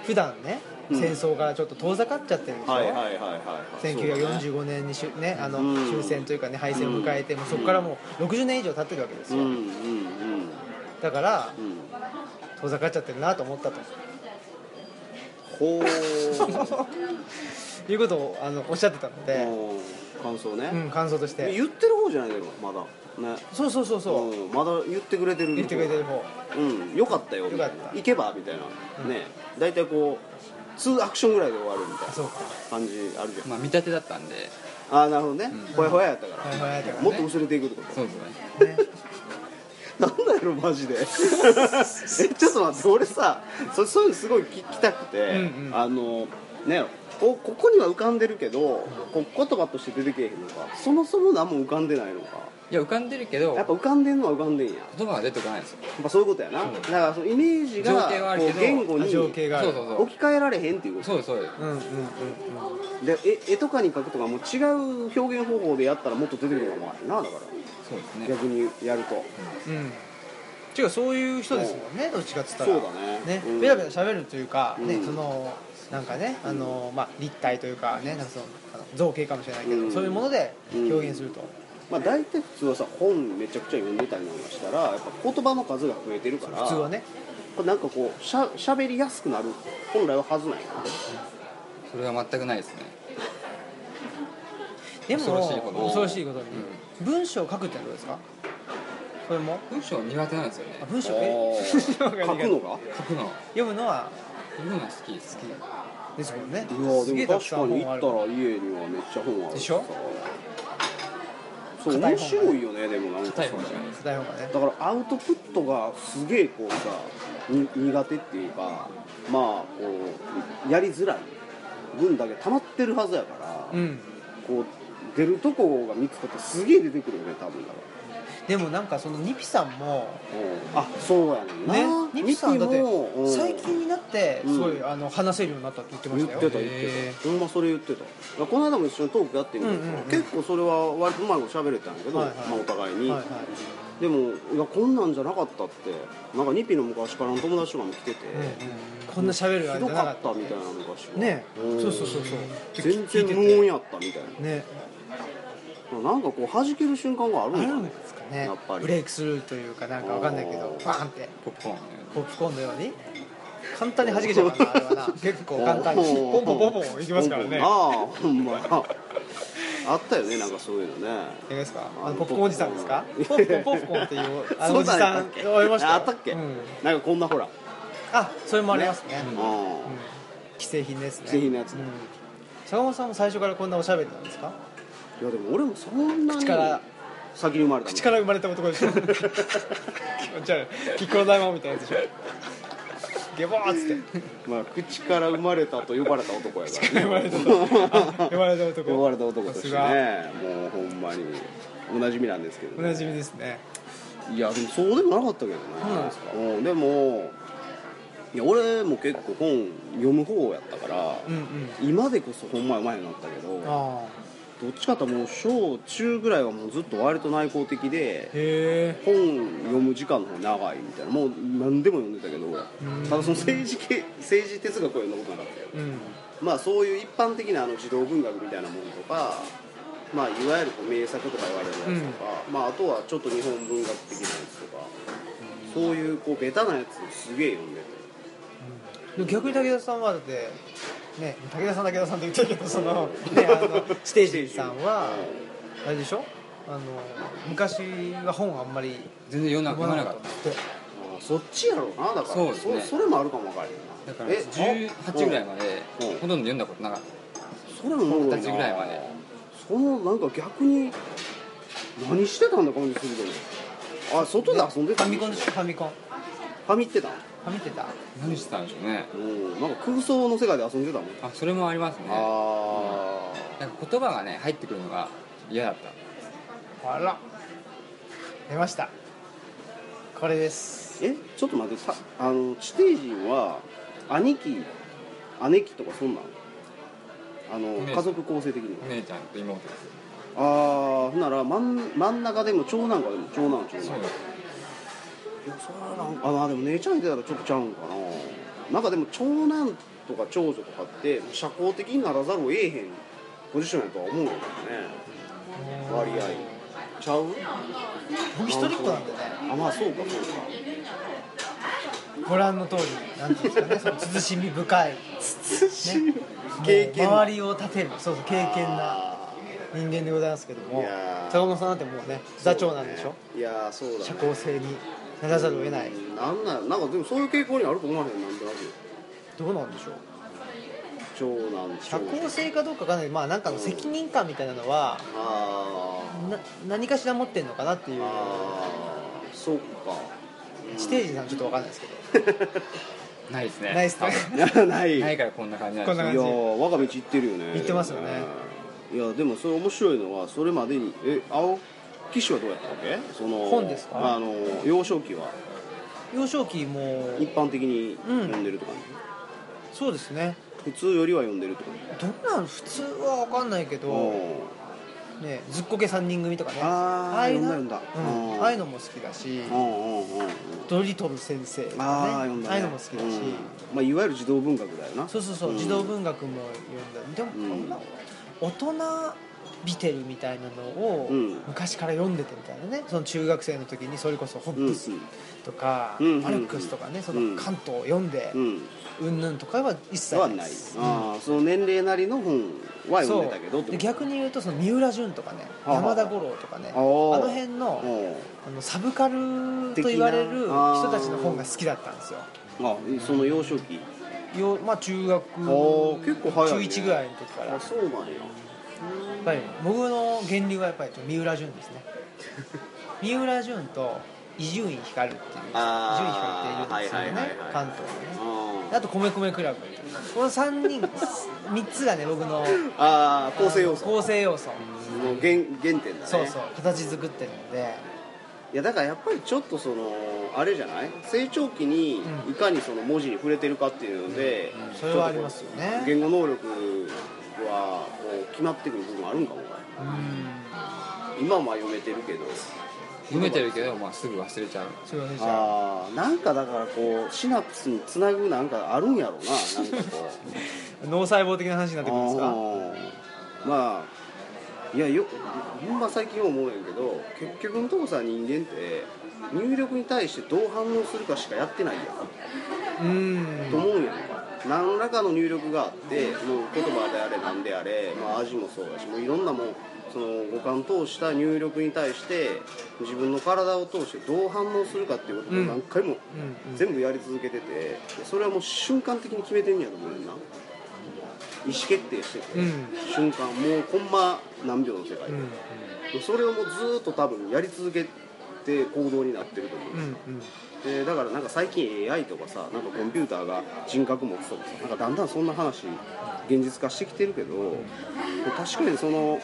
Speaker 1: 普段ね
Speaker 2: うん
Speaker 1: 戦争からちょっと遠ざかっちゃってるんでしょ、
Speaker 2: はいはいはいはい
Speaker 1: 1945年にしゅ、ね、あの
Speaker 2: うん
Speaker 1: 終戦というか、ね、敗戦を迎えて、もうそこからもう60年以上経ってるわけです
Speaker 2: うん
Speaker 1: よ、
Speaker 2: うんうん
Speaker 1: だから
Speaker 2: うん
Speaker 1: 遠ざかっちゃってるなと思ったと
Speaker 2: ほう
Speaker 1: いうことをあのおっしゃってたの で、
Speaker 2: ほう感想ね
Speaker 1: うん、感想として
Speaker 2: 言ってる方じゃないだろまだね
Speaker 1: そうそうそうそう、
Speaker 2: んまだ言ってくれてる
Speaker 1: 言ってくれてる方
Speaker 2: うんよかったよみたい
Speaker 1: よ
Speaker 2: な
Speaker 1: かった
Speaker 2: 行けばみたいな
Speaker 1: うん
Speaker 2: ね大体こう2アクションぐらいで終わるみたいな
Speaker 1: そうか
Speaker 2: 感じあるじゃん
Speaker 3: まあ見立てだったんで
Speaker 2: ああなるほどね
Speaker 3: うん
Speaker 2: ほやほややったか
Speaker 1: ほやほややったかららね
Speaker 2: もっと薄れていくってこと
Speaker 3: そうですね
Speaker 1: ね
Speaker 2: なんだよマジで えちょっと待って俺さそそういうのすごい聞きたくて、
Speaker 1: うんうん
Speaker 2: あのねおここには浮かんでるけどこ言葉として出てけえへんのかそもそも何も浮かんでないのか
Speaker 3: いや浮かんでるけど
Speaker 2: やっぱ浮かんでんのは浮かんでんやや
Speaker 3: 言葉が出てこないんですよ
Speaker 2: っぱそういうことやな
Speaker 3: そう
Speaker 2: だからそのイメージが
Speaker 3: 情景はある
Speaker 2: こ
Speaker 3: けど
Speaker 2: う言語に
Speaker 1: 情
Speaker 2: 置き
Speaker 1: 景がある
Speaker 3: そうそうそう
Speaker 2: 換えられへんっていうこ
Speaker 3: そうですそうです
Speaker 1: うんうんうんうん
Speaker 2: とで絵絵とかに描くとかもう違う表現方法でやったらもっと出てくるのかもあるなだか
Speaker 3: そうです
Speaker 2: ら
Speaker 3: ね
Speaker 2: 逆にやると
Speaker 1: うんていうかそういう人ですもんねどっちかっつったら
Speaker 2: そうだねうん
Speaker 1: ベラベラ喋るというか、ね
Speaker 2: うん
Speaker 1: そのなんかねあの、まあ、立体というかねなんかそのあの造形かもしれないけど、
Speaker 2: うん
Speaker 1: そういうもので表現すると、
Speaker 2: まあ、大体普通はさ本めちゃくちゃ読んでたりなんかしたらやっぱ言葉の数が増えてるから
Speaker 1: 普通はね
Speaker 2: これなんかこうしゃしゃべりやすくなる本来ははずないよね
Speaker 3: それは全くないですね
Speaker 1: でも
Speaker 3: 恐ろしいこと
Speaker 1: 恐ろしいことに、文章を書くってのはどうですかそれも
Speaker 3: 文章苦手なんですよね
Speaker 1: あ文章え
Speaker 2: 書
Speaker 1: 文章が苦
Speaker 2: く
Speaker 1: 手
Speaker 2: のが
Speaker 3: 書くの
Speaker 1: 読むのは
Speaker 3: 読むの好きです
Speaker 1: ですもんね
Speaker 2: いや
Speaker 1: すげ
Speaker 2: で
Speaker 1: え
Speaker 2: も
Speaker 1: たく
Speaker 2: 確
Speaker 1: さん
Speaker 2: かに
Speaker 1: 本
Speaker 2: 行
Speaker 1: あ
Speaker 2: っ
Speaker 1: る
Speaker 2: たら家にはめっちゃ本ある
Speaker 1: でしょ
Speaker 2: そう
Speaker 1: 硬い本
Speaker 2: 面白いよねでもなんか
Speaker 3: 硬い
Speaker 2: そ
Speaker 3: 本
Speaker 2: の
Speaker 3: じゃないです
Speaker 1: 台本がね
Speaker 2: だからアウトプットがすげえこうさに苦手っていうかまあこうやりづらい分だけ溜まってるはずやから、
Speaker 1: うん
Speaker 2: こう出るとこが見つかってすげえ出てくるよね多分だから
Speaker 1: でもなんかそのニピさんも
Speaker 2: あそうやねんな
Speaker 1: ね、ニピさんだって
Speaker 2: もうん
Speaker 1: 最近になって
Speaker 2: うん
Speaker 1: すごい、あの話せるようになったって言ってま
Speaker 2: 言
Speaker 1: し
Speaker 2: ったて
Speaker 1: よ
Speaker 2: た言って
Speaker 3: へ
Speaker 2: たほんまそれ言ってたこの間も一緒にトークやってみたけど、
Speaker 1: うんうんうん
Speaker 2: 結構それは割とうまく喋れたんやけど、
Speaker 1: はいはい
Speaker 2: まあ、お互いに、
Speaker 1: はいはい
Speaker 2: でもいやこんなんじゃなかったってなんかニピの昔からの友達とかも来てて、
Speaker 1: こんな喋るあ
Speaker 2: ひ
Speaker 1: れじ
Speaker 2: ど
Speaker 1: ゃな
Speaker 2: か
Speaker 1: かっ
Speaker 2: ったたみたいな昔は
Speaker 1: ね
Speaker 2: うん
Speaker 1: そうそうそうそう
Speaker 2: 全
Speaker 1: 聞いてて
Speaker 2: 然無音やったみたい
Speaker 1: ね
Speaker 2: ななんかこう弾ける瞬間があるん
Speaker 1: あ
Speaker 2: だ
Speaker 1: るん
Speaker 2: ね
Speaker 1: ですかね
Speaker 2: やっぱり
Speaker 1: ブレイクスルーというかなんかわかんないけど
Speaker 2: あー
Speaker 1: バーンって
Speaker 3: ポップコーンね
Speaker 1: ポップコーンのように簡単に弾けちゃう からなあれはな結構簡単に
Speaker 2: おー
Speaker 1: ポンポンポンポンいきますからね
Speaker 2: ポンポンああほんまやあったよねなんかそういうのね
Speaker 1: いいですかあのポップコーンおじさんですか
Speaker 2: ポ
Speaker 1: ポ
Speaker 2: ップコーン
Speaker 1: ップコンポップコーンっていうあのおじ
Speaker 2: そうな
Speaker 1: さ
Speaker 2: んや
Speaker 1: ん
Speaker 2: ったっけ
Speaker 1: おりましたよ
Speaker 2: あったっけ、
Speaker 1: うん
Speaker 2: なんかこんなほら
Speaker 1: あそれもありますね
Speaker 2: う
Speaker 1: うんん既製品ですね
Speaker 2: 既製品のやつね
Speaker 1: うん坂本さんも最初からこんなおしゃべりなんですか
Speaker 2: いやでも俺もそんなに
Speaker 1: 口から
Speaker 2: 先に生まれた
Speaker 1: 口から生まれた男でしょ気持ち悪いピッコロ大魔王みたいなやつでしょゲボーっつって
Speaker 2: まあ、口から生まれたと呼ばれた男やから、ね、
Speaker 1: 生まれた男生まれた男
Speaker 2: 呼ばれた男として
Speaker 1: さすが
Speaker 2: ねもうほんまにおなじみなんですけど、
Speaker 1: お
Speaker 2: ね、
Speaker 1: なじみですね
Speaker 2: いやでもそうでもなかったけどね
Speaker 1: そうなんですか
Speaker 2: うんでもいや俺も結構本読む方やったから、
Speaker 1: うんうん
Speaker 2: 今でこそほんまうまいになったけどど
Speaker 1: ああ
Speaker 2: っちかっていうともう小中ぐらいはもうずっと割と内向的で
Speaker 1: へえ
Speaker 2: 本読む時間の方が長いみたいなもう何でも読んでたけど俺
Speaker 1: ん
Speaker 2: ただその政治系政治哲学は読んだことなかったよ
Speaker 1: うん
Speaker 2: まあそういう一般的なあの児童文学みたいなものとかまあいわゆるこう名作とか言われるやつとか、まああとはちょっと日本文学的なやつとかそういうこうベタなやつをすげえ読んでて
Speaker 1: でも逆に武田さんはだってね武田さん武田さんって言ってるけどその,、ね、あのステージさんはあれでしょあの昔は本あんまり
Speaker 3: 全然読んな
Speaker 1: 読ま
Speaker 3: 読ま
Speaker 1: な
Speaker 3: な
Speaker 1: かっ
Speaker 3: かったた
Speaker 1: って
Speaker 2: あそっちやろうなだから
Speaker 3: そうですね
Speaker 2: そそれもあるかもわからへん
Speaker 3: だ
Speaker 2: な
Speaker 3: から
Speaker 2: え
Speaker 3: 18ぐらいまで
Speaker 2: うん
Speaker 3: ほとんど読んだことなかった
Speaker 2: それもおもろいな
Speaker 3: 二十歳ぐらいまで
Speaker 2: そのなんか逆に何してたんだ感じするけどあ外で遊んで
Speaker 1: フ
Speaker 2: た
Speaker 1: ァミコンでしょファミコン
Speaker 2: ファミってた
Speaker 1: ファミってた
Speaker 3: 何してたんでしょうね
Speaker 2: うんなんか空想の世界で遊んでたもん
Speaker 3: あそれもありますね
Speaker 2: あ
Speaker 3: なんか言葉がね入ってくるのが嫌だった
Speaker 1: あら出ましたこれです
Speaker 2: ーえちょっと待ってさあの地底人は兄貴姉貴とかそんなんあの
Speaker 3: ね
Speaker 2: 家族構成的に
Speaker 3: お姉ちゃんと妹です
Speaker 2: ああほんなら真ん真ん中でも長男かでも長男長男
Speaker 3: そうです
Speaker 2: いやそれはなんかあまあでも姉ちゃんいてたらちょっとちゃうんかななんかでも長男とか長女とかって社交的にならざるを得えへんポジションやとは思うけどね割合ちゃう
Speaker 1: 僕一人っ子なんでね
Speaker 2: あまあそうかそう か
Speaker 1: ご覧の通りなんていうんですかね その慎み深い、ね、
Speaker 2: 経験
Speaker 1: もう周りを立てるそうそう経験な
Speaker 2: あ
Speaker 1: 人間でございますけども
Speaker 2: いやー
Speaker 1: 坂本さんなんてもうね
Speaker 2: ー
Speaker 1: 座長なんでしょ
Speaker 2: いやーそうだ、ね、
Speaker 1: 社交性にならざるを得ない
Speaker 2: うんなんなんやなんかでもそういう傾向にあると思わへんなんとなく
Speaker 1: どうなんでしょう
Speaker 2: 長男
Speaker 1: 社
Speaker 2: 長女
Speaker 1: 交性かどうかわかんないまあなんかの責任感みたいなのは
Speaker 2: あー
Speaker 1: な何かしら持ってんのかなっていう
Speaker 2: あーそっか
Speaker 1: 地底人さんちょっとわかんないですけど
Speaker 3: ないですね
Speaker 1: ナイスね
Speaker 2: いやない
Speaker 3: ないからこんな感じなん
Speaker 1: こ
Speaker 3: で
Speaker 1: ん
Speaker 3: す
Speaker 1: な
Speaker 3: よ
Speaker 1: 感
Speaker 2: い
Speaker 1: じ
Speaker 2: やー我が道行ってるよね
Speaker 1: 行ってますよね
Speaker 2: いやでもそれ面白いのはそれまでにえ青騎士はどうやったわけその
Speaker 1: 本ですか
Speaker 2: あの幼少期は
Speaker 1: 幼少期も
Speaker 2: 一般的に
Speaker 1: うん
Speaker 2: 読んでるとか、ね
Speaker 1: そうですね
Speaker 2: 普通よりは読んでるとか、ね
Speaker 1: どうなん普通はわかんないけど、
Speaker 2: う
Speaker 1: ね、ずっこけ三人組とかね
Speaker 2: あー
Speaker 1: あいうの
Speaker 2: 読んだ読んだ
Speaker 1: うん
Speaker 2: うん
Speaker 1: ああいうのも好きだし
Speaker 2: んうんうんうん
Speaker 1: ドリトル先生とかね
Speaker 2: ああ読んだ、ね、
Speaker 1: ああいうのも好きだし、
Speaker 2: うんまあ、いわゆる児童文学だよな
Speaker 1: そうそうそう、
Speaker 2: ん
Speaker 1: 児童文学も読んだでも、
Speaker 2: うん
Speaker 1: こんな大人びてるみたいなのを
Speaker 2: うん
Speaker 1: 昔から読んでてみたいなねその中学生の時にそれこそホ
Speaker 2: うん
Speaker 1: ップスとか、
Speaker 2: うん
Speaker 1: アレックスとかねそ
Speaker 2: うん
Speaker 1: の関東を読んで
Speaker 2: うん
Speaker 1: うんぬんとかは一切
Speaker 2: ではない、
Speaker 1: です
Speaker 2: ああその年齢なりの本は
Speaker 1: そう
Speaker 2: 読んでたけどって
Speaker 1: で
Speaker 2: こと
Speaker 1: 逆に言うとその三浦淳とかね
Speaker 2: はあはあ
Speaker 1: 山田五郎とかねあ
Speaker 2: おー
Speaker 1: の辺の
Speaker 2: うん
Speaker 1: あのサブカルと言われる
Speaker 2: 的なあー
Speaker 1: 人たちの本が好きだったんですよ
Speaker 2: あその幼少期
Speaker 1: よ、まあ、中学中
Speaker 2: ー結構早いね
Speaker 1: 1ぐらいの時からや
Speaker 2: あ
Speaker 1: っ
Speaker 2: そうなんや
Speaker 1: ぱり僕の源流はやっぱり三浦淳 ですね三浦淳と伊集院光っていう伊集院光
Speaker 2: あー
Speaker 1: っているんですよね、
Speaker 2: はいはいはいはい
Speaker 1: 関東でね
Speaker 2: あ
Speaker 1: あと米米クラブこの3人3つがね僕の
Speaker 2: あー構成要素
Speaker 1: 構成要素
Speaker 2: の原原点だね
Speaker 1: そうそう形作ってるので
Speaker 2: いやだからやっぱりちょっとそのあれじゃない成長期に
Speaker 1: うん
Speaker 2: いかにその文字に触れてるかっていうので、
Speaker 1: それはありますよ
Speaker 2: ちょっとこう
Speaker 1: ね
Speaker 2: 言語能力はこう決まってくる部分あるんかもね
Speaker 1: うん
Speaker 2: 今はまあ読めてるけど
Speaker 3: 読めてるけど、まあ、すぐ忘れちゃう
Speaker 1: そういう話は
Speaker 2: ああなんかだからこうシナプスにつなぐなんかあるんやろうななんかこう
Speaker 1: 脳細胞的な話になってくるんです
Speaker 2: あ
Speaker 1: か
Speaker 2: ーまあいやよほんま最近思うねんけど結局のとこさ人間って入力に対してどう反応するかしかやってないやん、
Speaker 1: うーん
Speaker 2: と思うんやんか何らかの入力があってもう言葉であれ何であれ、まあ、味もそうだしもういろんなもんその五感通した入力に対して自分の体を通してどう反応するかっていうことを
Speaker 1: うん
Speaker 2: 何回も
Speaker 1: うんうん
Speaker 2: 全部やり続けててそれはもう瞬間的に決めてんやと思うねんな意思決定してて、
Speaker 1: うん
Speaker 2: 瞬間もうコンマ何秒の世界
Speaker 1: うん
Speaker 2: で、それをもうずーっと多分やり続けて行動になってると思う、
Speaker 1: うんうん
Speaker 2: でだからなんか最近 AI とかさなんかコンピューターが人格持つとかさなんかだんだんそんな話現実化してきてるけど確かにその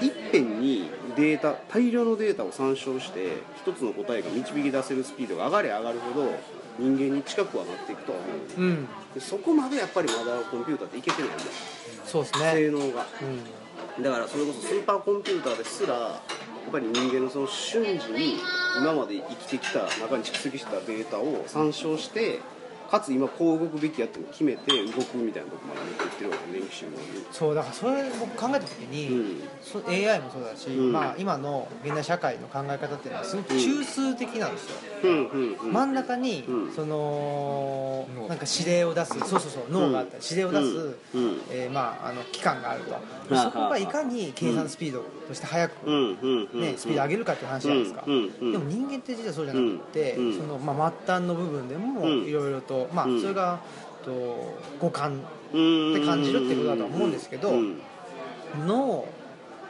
Speaker 2: いっぺんにデータ大量のデータを参照して一つの答えが導き出せるスピードが上がれ上がるほど人間に近くはなっていくとは思う
Speaker 1: うんうん
Speaker 2: でそこまでやっぱりまだコンピューターっていけてないんだよ
Speaker 1: そうですね
Speaker 2: 性能が
Speaker 1: うん
Speaker 2: だからそれこそスーパーコンピューターですらやっぱり人間のその瞬時に今まで生きてきた中に蓄積したデータを参照してかつ今こう動くべきやって決めて動くみたいなとこまで持っていってるわけね練習も
Speaker 1: そうだからそれ僕考えた時に、
Speaker 2: うん
Speaker 1: そ AI もそうだし、
Speaker 2: うん
Speaker 1: まあ、今の現代社会の考え方っていうのはすごく中枢的なんですよ、
Speaker 2: うんうんうん
Speaker 1: 真ん中に、
Speaker 2: うん
Speaker 1: その
Speaker 3: 脳
Speaker 1: なんか指令を出すそうそうそう脳があったり指令を出す、
Speaker 2: うんうん
Speaker 1: えーまあ、あの機関があると
Speaker 2: はあ
Speaker 1: そこがいかに計算スピードとして速く、
Speaker 2: うんうんうん
Speaker 1: ね、スピード上げるかっていう話じゃないですか、
Speaker 2: うんうん
Speaker 1: でも人間って実はそうじゃなくて、
Speaker 2: うんうん
Speaker 1: そのまあ、末端の部分でも
Speaker 2: うん
Speaker 1: いろいろと、まあ、
Speaker 2: うん
Speaker 1: それがと五感
Speaker 2: っ
Speaker 1: って感じるってことだとは思うんですけど
Speaker 2: うん
Speaker 1: 脳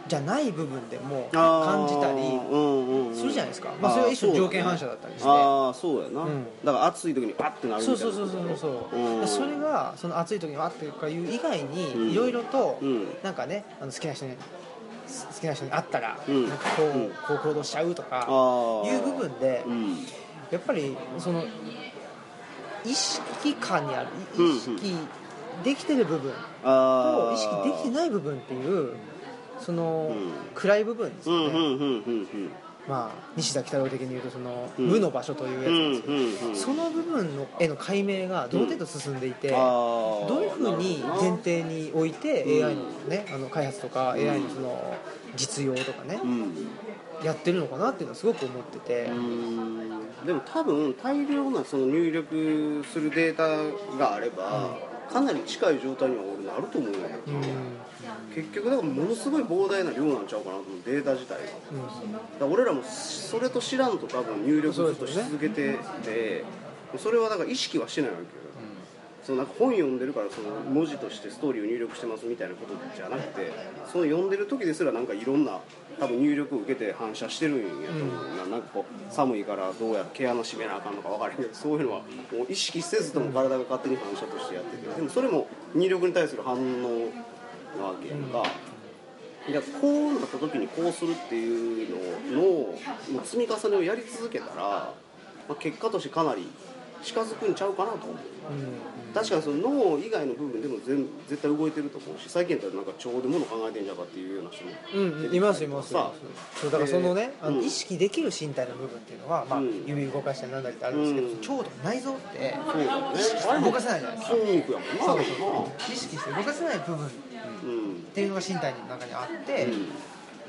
Speaker 1: じゃない部分でも
Speaker 2: あ
Speaker 1: 感じ
Speaker 2: ー
Speaker 1: たり
Speaker 2: うんうんうん
Speaker 1: するじゃないですか、まあ、それは一
Speaker 2: ー
Speaker 1: 種
Speaker 2: そうだね
Speaker 1: 条件反射だったりして。
Speaker 2: ああそうやな、
Speaker 1: うん
Speaker 2: だから暑い時にパッてなるみた
Speaker 1: そ
Speaker 2: いうな
Speaker 1: そうそうそうそう、
Speaker 2: ん
Speaker 1: それがその暑い時にわっていうかいう以外
Speaker 2: うん
Speaker 1: にいろいろと
Speaker 2: うん
Speaker 1: なんかねあの好きな人にす好きな人に会ったら
Speaker 2: うん
Speaker 1: なんかこう,、
Speaker 2: うん
Speaker 1: こう行動しちゃうと
Speaker 2: あ
Speaker 1: か
Speaker 2: ー
Speaker 1: いう部分で
Speaker 2: うん
Speaker 1: やっぱりその意識感にある
Speaker 2: う
Speaker 1: い
Speaker 2: んうん
Speaker 1: 意識できてる部分
Speaker 2: あ
Speaker 1: と意識できて
Speaker 2: い
Speaker 1: ない部分っていうその
Speaker 2: うん
Speaker 1: 暗い部分です
Speaker 2: うん
Speaker 1: よ
Speaker 2: うん
Speaker 1: ね、
Speaker 2: うんうんうん
Speaker 1: まあ、西田北郎的に言うとその
Speaker 2: うん
Speaker 1: 無の場所というやつ
Speaker 2: う
Speaker 1: なん
Speaker 2: ん
Speaker 1: ですけど、
Speaker 2: うんうん
Speaker 1: その部分のへの解明がどの程度進んでいて、
Speaker 2: あー
Speaker 1: どういうふうに
Speaker 2: なるほど
Speaker 1: 前
Speaker 2: な
Speaker 1: 提に置いて
Speaker 2: うん
Speaker 1: AI の,、ねあの開発とか
Speaker 2: うん
Speaker 1: AI のその実用とかね、
Speaker 2: うん
Speaker 1: やってるのかなっていうのはすごく思ってて、
Speaker 2: でも多分大量なその入力するデータがあれば、かなり近い状態には俺なると思うんやけ
Speaker 1: う
Speaker 2: ど
Speaker 1: ん
Speaker 2: な、結局だからものすごい膨大な量なんちゃうかなと思うデータ自体がだか
Speaker 1: うん
Speaker 2: ら俺らもそれと知らんと多分入力ずっとし続けててそれはだから意識はしてないわけよそのなんか本読んでるからその文字としてストーリーを入力してますみたいなことじゃなくてその読んでる時ですらなんかいろんな多分入力を受けて反射してるんやと思うな,、なんかこう寒いからどうやら毛穴閉めなあかんのか分からんけどそういうのはもう意識せずとも体が勝手に反射としてやっててでもそれも入力に対する反応なわけやんか。いやこうなった時にこうするっていうののもう積み重ねをやり続けたら、まあ、結果としてかなり近づくんちゃうかなと思う。確かにその脳以外の部分でも全絶対動いてると思うし最近やったらなんか腸でもの考えてんじゃんかっていうような人も
Speaker 1: うんうんうんいますいます
Speaker 2: さ
Speaker 1: そうだからそのね、
Speaker 2: えー
Speaker 1: あの
Speaker 2: うん
Speaker 1: 意識できる身体の部分っていうのは、まあ
Speaker 2: うん、
Speaker 1: 指動かしたりなんだりってあるんですけど、
Speaker 2: うん
Speaker 1: 腸とか内臓って
Speaker 2: そうだよねあれ
Speaker 1: 動かせないじゃないですか
Speaker 2: 筋肉やもんな
Speaker 1: そう
Speaker 2: で
Speaker 1: そう
Speaker 2: も
Speaker 1: 意識して動かせない部分っ
Speaker 2: なうん
Speaker 1: ていうのが身体の中にあって、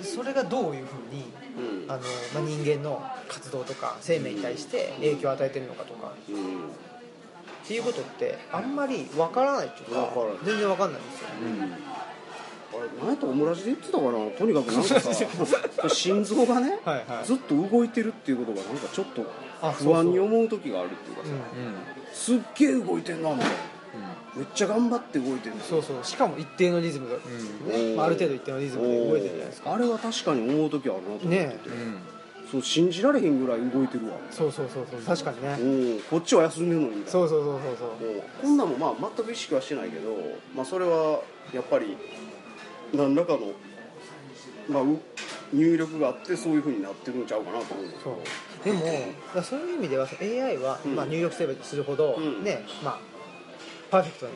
Speaker 1: それがどういうふうに
Speaker 2: うんうん
Speaker 1: あの、まあ、人間の活動とか生命に対して影響を与えてるのかとか
Speaker 2: うん
Speaker 1: っていうことってあんまりわからないっていうか
Speaker 2: わからない
Speaker 1: 全然わかんないんですよ
Speaker 2: あれ何やったらオムラジで言ってたかなとにかくなんか さ心臓がね、
Speaker 1: はいはい
Speaker 2: ずっと動いてるっていうことがなんかちょっと
Speaker 1: あそうそう
Speaker 2: 不安に思う時があるっていうかさ
Speaker 1: うん
Speaker 2: すっげえ動いてんなみたいなめっちゃ頑張って動いてる
Speaker 1: そうそうしかも一定のリズムが、ねまあ、ある程度一定のリズムで動いてるじゃないですか
Speaker 2: かあれは確かに思う時あるなと思ってて、
Speaker 1: ねえ
Speaker 2: そう信じられへんぐらい動いてるわ
Speaker 1: そうそうそうそう確かにね
Speaker 2: うんこっちは休んでるのにみたいな
Speaker 1: そうそうそうそうそう
Speaker 2: うんこんなんもまあ全く意識はしてないけど、まあ、それはやっぱり何らかの、まあう、入力があってそういうふうになってるんちゃうかなと思うんです
Speaker 1: そうでもだからそういう意味ではその AI は、
Speaker 2: うん
Speaker 1: まあ、入力すればするほど、
Speaker 2: うん
Speaker 1: ねまあパーフェクトに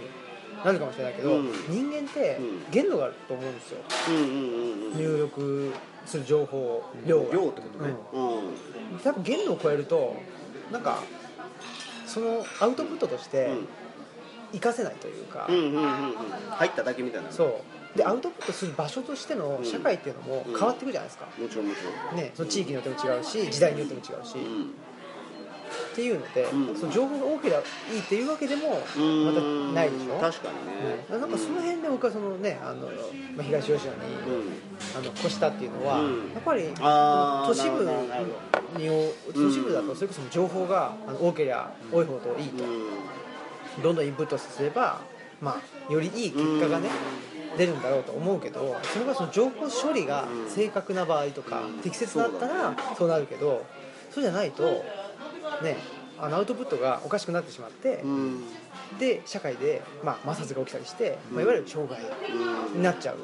Speaker 1: なるかもしれないけど、
Speaker 2: うん
Speaker 1: 人間って
Speaker 2: うん
Speaker 1: 限度があると思うんですよ、
Speaker 2: うんうんうんうん
Speaker 1: 入力する情報量が、
Speaker 2: 量ってことねうん
Speaker 1: 多分限度を超えるとなんかそのアウトプットとして活かせないというか、
Speaker 2: うんうんうんうんうん入っただけみたいなも
Speaker 1: そうでアウトプットする場所としての社会っていうのも
Speaker 2: うん
Speaker 1: 変わってくじゃないですか、
Speaker 2: ちろんもちろん
Speaker 1: ね、その地域によっても違うし時代によっても違うし、
Speaker 2: う
Speaker 1: っ
Speaker 2: ん
Speaker 1: ていうので、
Speaker 2: うん
Speaker 1: その情報が多ければいいっていうわけでもまた
Speaker 2: うん
Speaker 1: ないでしょ、
Speaker 2: 確かに
Speaker 1: ね
Speaker 2: ね、
Speaker 1: なんかその辺で僕はそのねあの、まあ、東吉野に、
Speaker 2: うん
Speaker 1: あの越したっていうのは、
Speaker 2: うん
Speaker 1: やっぱり
Speaker 2: あー
Speaker 1: 都市部
Speaker 2: なるほどなる
Speaker 1: にを都市部だとそれこそ情報があの多ければ多いほどいいと、どんどんインプットすれば、まあ、よりいい結果がね、出るんだろうと思うけどそれがその情報処理が
Speaker 2: うん
Speaker 1: 正確な場合とか、
Speaker 2: うん
Speaker 1: 適切だった
Speaker 2: そうだ
Speaker 1: ら
Speaker 2: ね
Speaker 1: そうなるけどそうじゃないとねあのアウトプットがおかしくなってしまって
Speaker 2: う、んうん
Speaker 1: で社会で、まあ、摩擦が起きたりして、まあ、
Speaker 2: うん
Speaker 1: いわゆる障害
Speaker 2: うん
Speaker 1: になっちゃうん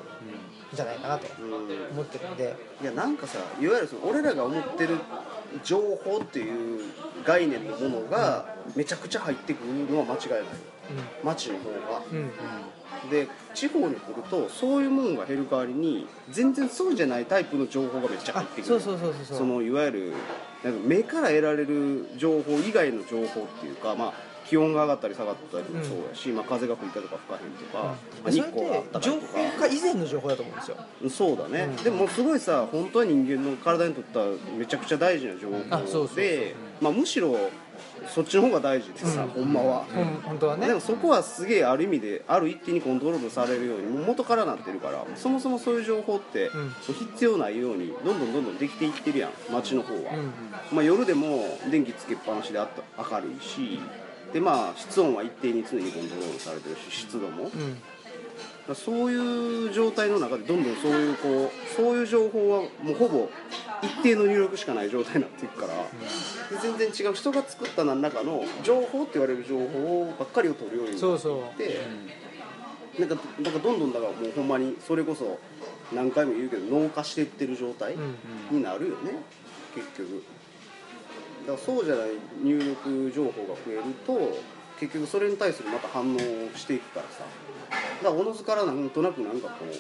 Speaker 1: じゃないかなと
Speaker 2: うん
Speaker 1: 思ってるんで。
Speaker 2: いやなんかさいわゆるその俺らが思ってる情報っていう概念のものがめちゃくちゃ入ってくるのは間違いない街の方が
Speaker 1: うんうん
Speaker 2: で地方に来るとそういうものが減る代わりに全然そうじゃないタイプの情報がめっちゃ入
Speaker 1: あ
Speaker 2: ってくる
Speaker 1: そうそうそうそうそう
Speaker 2: そのいわゆるなんか目から得られる情報以外の情報っていうか、まあ、気温が上がったり下がったりもそうやし、まあ、風が吹いたとか吹かへんとか、まあ日
Speaker 1: それっ
Speaker 2: 光があった
Speaker 1: て
Speaker 2: かい
Speaker 1: 情
Speaker 2: と
Speaker 1: 報
Speaker 2: か
Speaker 1: 化以前の情報だと思うんですよ
Speaker 2: うんそうだね、
Speaker 1: うん
Speaker 2: でももうすごいさ本当は人間の体にとってはめちゃくちゃ大事な情報で
Speaker 1: あそうそうそううん
Speaker 2: まあ、むしろそっちの方が大事でさ、
Speaker 1: うん
Speaker 2: ほんまは、
Speaker 1: ほん本当はね
Speaker 2: でもそこはすげえある意味である一手にコントロールされるようにもう元からなってるからそもそもそういう情報って
Speaker 1: うん
Speaker 2: 必要ないようにどんどんどんどんできていってるやん街の方は、
Speaker 1: うん
Speaker 2: まあ、夜でも電気つけっぱなしであった明るいしでまあ室温は一定に常にコントロールされてるし湿度も、だか
Speaker 1: うん
Speaker 2: らそういう状態の中でどんどんそういうこうそういう情報はもうほぼ一定の入力しかない状態になっていくから、で全然違う人が作った何らかの情報って言われる情報ばっかりを取るようになって
Speaker 1: そうそう
Speaker 2: で、なんかなんかどんどんだからもうほんまにそれこそ何回も言うけど脳化していってる状態
Speaker 1: うん
Speaker 2: になるよね、結局だからそうじゃない入力情報が増えると結局それに対するまた反応していくからさだからおのずからなんとなくなんかこう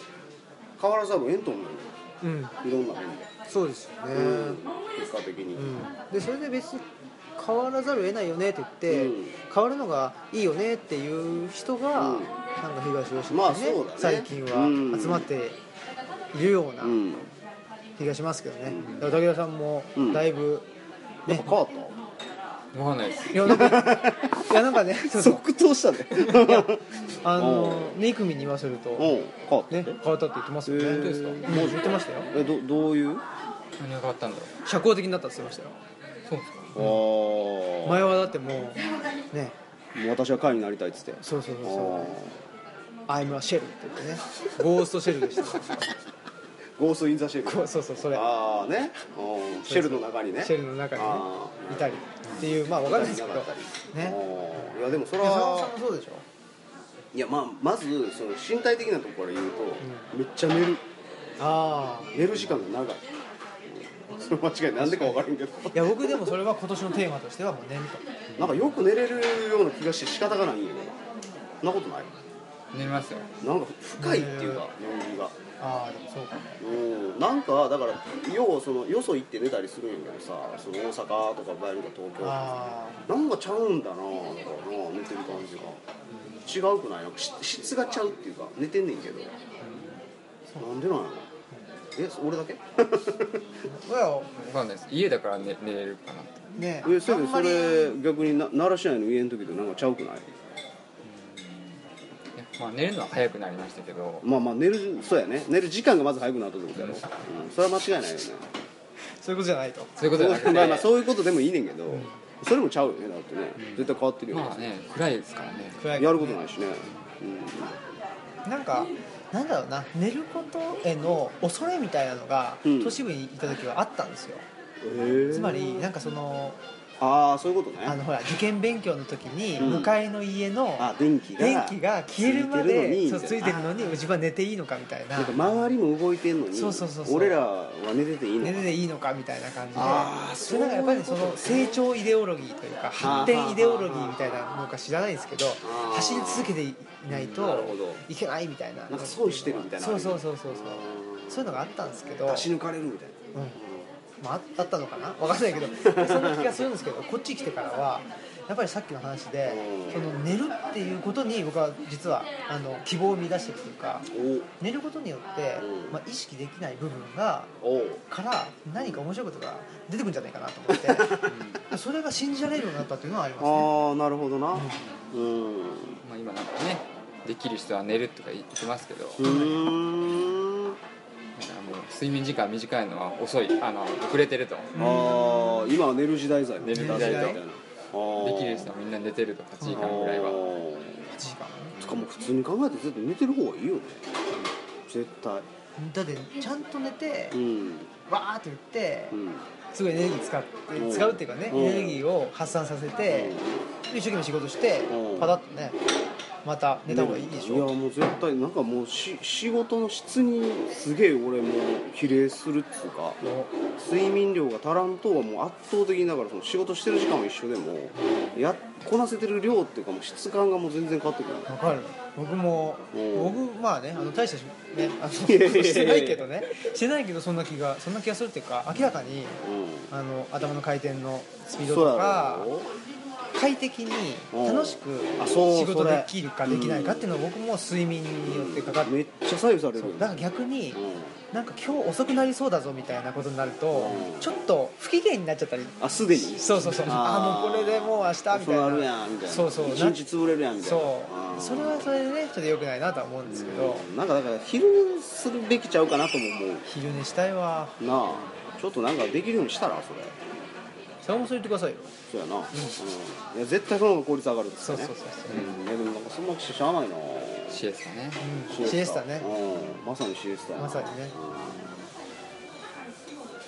Speaker 2: 変わらざるを得んと思うよ
Speaker 1: うん
Speaker 2: いろんな面で、
Speaker 1: そうですよね、
Speaker 2: うん、結果的に、
Speaker 1: うんでそれで別に変わらざるを得ないよねって言って、
Speaker 2: うん
Speaker 1: 変わるのがいいよねっていう人が、
Speaker 2: うん
Speaker 1: なんか東吉
Speaker 2: ま
Speaker 1: 野
Speaker 2: あ
Speaker 1: に
Speaker 2: そ
Speaker 1: ね,、
Speaker 2: うだね
Speaker 1: 最近
Speaker 2: うん
Speaker 1: は集まっているような
Speaker 2: うん
Speaker 1: 気がしますけどね、
Speaker 2: うん
Speaker 1: だから武田さんも
Speaker 2: うん
Speaker 1: だいぶ、
Speaker 2: やっぱ変わっ
Speaker 3: わかんないです
Speaker 1: いや なんかいやなんかねそ
Speaker 2: た
Speaker 1: うそう
Speaker 2: 即答したね
Speaker 1: あの
Speaker 2: お
Speaker 1: 2組に言わせると、
Speaker 2: うん変わった
Speaker 1: ね、変わったって言ってますよね、
Speaker 2: へー本当
Speaker 3: ですか
Speaker 1: もう言ってましたよ
Speaker 2: えどどういう
Speaker 3: 何が変わったんだろ
Speaker 1: 社交的になったって言ってましたよ
Speaker 3: うそうですか
Speaker 2: あ
Speaker 1: 前
Speaker 2: あ
Speaker 1: はだってもうね
Speaker 2: 私は会になりたいっつって
Speaker 1: そうそうそう
Speaker 2: あ
Speaker 1: そう「I'm a shell」って言ってねゴーストシェル でした
Speaker 2: ーゴースト・イン・ザ・シェル
Speaker 1: こうそうそうそれ
Speaker 2: ああねうんシェルの中にね
Speaker 1: シェルの中にね
Speaker 2: あー
Speaker 1: いたりっていうまあわかんないですけど
Speaker 2: なかったり
Speaker 1: ね
Speaker 2: うんいやでもそれ
Speaker 1: いや坂本さ
Speaker 2: は
Speaker 1: んもそうでしょ
Speaker 2: いやまあまずその身体的なところから言うと、めっちゃ寝る
Speaker 1: ああ
Speaker 2: 寝る時間が長いうんそれ間違いないなんでか分からんけど
Speaker 1: いや僕でもそれは今年のテーマとしてはもう寝ると
Speaker 2: なんかよく寝れるような気がして仕方がないんやけどそんなことない
Speaker 3: 寝れますよ
Speaker 2: なんか深いっていうか眠りが
Speaker 1: ああでもそうかも
Speaker 2: うんなんかだからようそのよそ行って寝たりするんやけどさその大阪とか場合にか東京とか
Speaker 1: あ
Speaker 2: なんかちゃうんだななんかな寝てる感じが違うくないなんかし質がちゃうっていうか寝てんねんけどなんでなんやろえ俺だけ
Speaker 1: あいや
Speaker 3: わかんないです家だから寝寝れるかなって
Speaker 1: ね
Speaker 2: えそ
Speaker 1: あ
Speaker 2: れ
Speaker 1: ん
Speaker 2: そ
Speaker 1: まり
Speaker 2: れ逆にな奈良市内の家の時となんかちゃうくない
Speaker 3: いやまあ寝るのは早くなりましたけど
Speaker 2: まあまあ寝るそうやね寝る時間がまず早くなったってことやろ、うん、それは間違いないよね
Speaker 1: そういうことじゃないと
Speaker 3: そういうことじゃなくて
Speaker 2: まあまあそういうことでもいいねんけど、それもちゃうよねだってね絶対変わってるよね,、
Speaker 3: まあね暗いですからね
Speaker 1: 暗い
Speaker 2: やることないしね、うん、
Speaker 1: なんかなんだろうな寝ることへの恐れみたいなのが
Speaker 2: うん
Speaker 1: 都市部にいた時はあったんですよ
Speaker 2: え
Speaker 1: つまりなんかその
Speaker 2: ああそういうことね
Speaker 1: あのほら受験勉強の時に
Speaker 2: うん
Speaker 1: 向かいの家の
Speaker 2: あ電気が
Speaker 1: 電気が消えるま
Speaker 2: ついてるのに
Speaker 1: で
Speaker 2: み
Speaker 1: そ
Speaker 2: たいうな
Speaker 1: ついてるのに自分は寝ていいのかみたいな
Speaker 2: なんか周りも動いてんのに
Speaker 1: そうそうそうそう
Speaker 2: 俺らは寝てていいのか
Speaker 1: 寝てていいのかみたいな感じで
Speaker 2: あー
Speaker 1: それなんかやっぱりその成長イデオロギーというか発展イデオロギーみたいなのか知らないんですけど
Speaker 2: あー
Speaker 1: 走り続けていない
Speaker 2: なる
Speaker 1: と
Speaker 2: ほど
Speaker 1: いけないみたいな
Speaker 2: なんか損してるみたいな
Speaker 1: そうそうそうそうそう
Speaker 2: あー
Speaker 1: そういうのがあったんですけど、
Speaker 2: 出し抜かれるみたい
Speaker 1: うん
Speaker 2: な、
Speaker 1: まあ、あったのかなわかんないけどそんな気がするんですけどこっち来てからはやっぱりさっきの話で
Speaker 2: うん
Speaker 1: その寝るっていうことに僕は実はあの希望を見出していくというか寝ることによって
Speaker 2: うん、
Speaker 1: まあ、意識できない部分が
Speaker 2: おお
Speaker 1: から何か面白いことが出てくるんじゃないかなと思って それが信じられるようになったっていうのはありますね
Speaker 2: ああなるほどなうんう
Speaker 3: まあ今なんかねできる人は寝るとか言ってますけど
Speaker 2: ーん
Speaker 3: だからもう睡眠時間短いのは遅いあの遅れてると
Speaker 2: ああー今は寝る時代だよ
Speaker 3: 寝る時代
Speaker 2: だ
Speaker 1: だ
Speaker 2: みたいなあー
Speaker 3: できる人はみんな寝てると8時間ぐらい
Speaker 2: あ
Speaker 3: は
Speaker 2: ー
Speaker 1: 8時間
Speaker 2: つかもう普通に考えて絶対寝てる方がいいよね絶対
Speaker 1: だってちゃんと寝て
Speaker 2: うん
Speaker 1: わーって言って
Speaker 2: うん
Speaker 1: すごいエネルギー使って、
Speaker 2: うん
Speaker 1: 使うっていうかね、
Speaker 2: うん
Speaker 1: エネルギーを発散させて、一生懸命仕事して、
Speaker 2: うん
Speaker 1: パタッとねまた寝た方がいいでし
Speaker 2: や
Speaker 1: ょ、
Speaker 2: もう絶対なんかもうし仕事の質にすげえ俺もう比例するっつうか睡眠量が足らんとはもう圧倒的にだからその仕事してる時間は一緒でもやこなせてる量っていうかもう質感がもう全然変わってくる
Speaker 1: わかる僕も
Speaker 2: うん
Speaker 1: 僕まあねあの大したし,、 ね、あの
Speaker 2: いやいやいや
Speaker 1: してないけどねしてないけどそんな気がそんな気がするっていうか明らかに
Speaker 2: うん
Speaker 1: あの頭の回転のスピード
Speaker 2: そう
Speaker 1: と
Speaker 2: や
Speaker 1: か
Speaker 2: ろ
Speaker 1: 快適に
Speaker 2: うん
Speaker 1: 楽しく
Speaker 2: あそう
Speaker 1: 仕事
Speaker 2: それ
Speaker 1: できるかできないかっていうのは僕も睡眠によってかかって
Speaker 2: めっちゃ左右される
Speaker 1: そうだから逆になんか今日遅くなりそうだぞみたいなことになると
Speaker 2: うん
Speaker 1: ちょっと不機嫌になっちゃったり
Speaker 2: あすでに
Speaker 1: そうそうそう
Speaker 2: あ
Speaker 1: ああも
Speaker 2: ー
Speaker 1: うこれでもう明日みたい
Speaker 2: そうある
Speaker 1: な
Speaker 2: やんみたいな
Speaker 1: そうそう
Speaker 2: 一日潰れるやんみたいなあ
Speaker 1: そうそ
Speaker 2: ー
Speaker 1: れはそれでねちょっと良くないなとは思うんですけど
Speaker 2: うんなんかだから昼するべきちゃうかなとも思う
Speaker 1: 昼寝したいわ
Speaker 2: なあちょっとなんかできるようにしたらそれ
Speaker 1: それもそう言ってくださいよ
Speaker 2: そうやな、うんいや絶対その方が効率上がるって
Speaker 1: そう
Speaker 2: ね
Speaker 1: そうそうそう
Speaker 2: うんいやでもなんかそんなしゃあないな
Speaker 3: シエスタね
Speaker 1: うんシエスタね
Speaker 2: うんまさにシエスタやな
Speaker 1: まさにね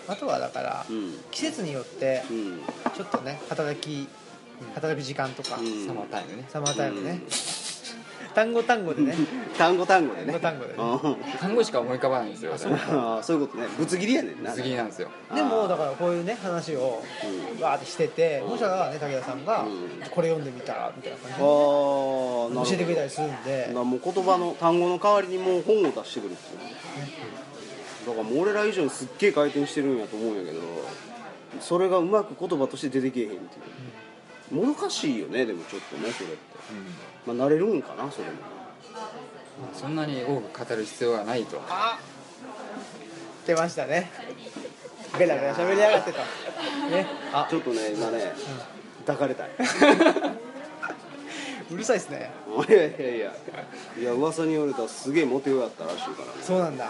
Speaker 1: あとはだから
Speaker 2: うん
Speaker 1: 季節によって
Speaker 2: うんうん
Speaker 1: ちょっとね働き働く時間とか
Speaker 2: うん
Speaker 3: サマータイムね
Speaker 1: サマータイムね単語単語でね
Speaker 2: 単語単語でね
Speaker 1: 単語単語
Speaker 2: うん
Speaker 3: 単語しか思い浮かばないんですよだから
Speaker 2: ああそういうことねぶつ切りやねんな
Speaker 3: 次なんですよ
Speaker 2: あー
Speaker 1: でもだからこういうね話を
Speaker 2: うん
Speaker 1: わーってしててもしかしたらね武田さんが
Speaker 2: うん
Speaker 1: これ読んでみたらみたいな感
Speaker 2: あ
Speaker 1: じで教え
Speaker 2: あ
Speaker 1: てくれたりするんで
Speaker 2: もう言葉の単語の代わりにもう本を出してくるっていうだからもう俺ら以上にすっげえ回転してるんやと思うんやけどそれがうまく言葉として出てけえへんっていうもどかしいよねでもちょっとねそれって、まあ、慣れるんかなそれも
Speaker 3: そんなに多く語る必要がないと
Speaker 1: あ出ましたねベラベラ喋りやがってとねあ
Speaker 2: ちょっとね今ね、抱かれたい
Speaker 1: うるさいですね
Speaker 2: いやいやいやいや噂によるとすげえモテようやったらしいからね
Speaker 1: そうなんだ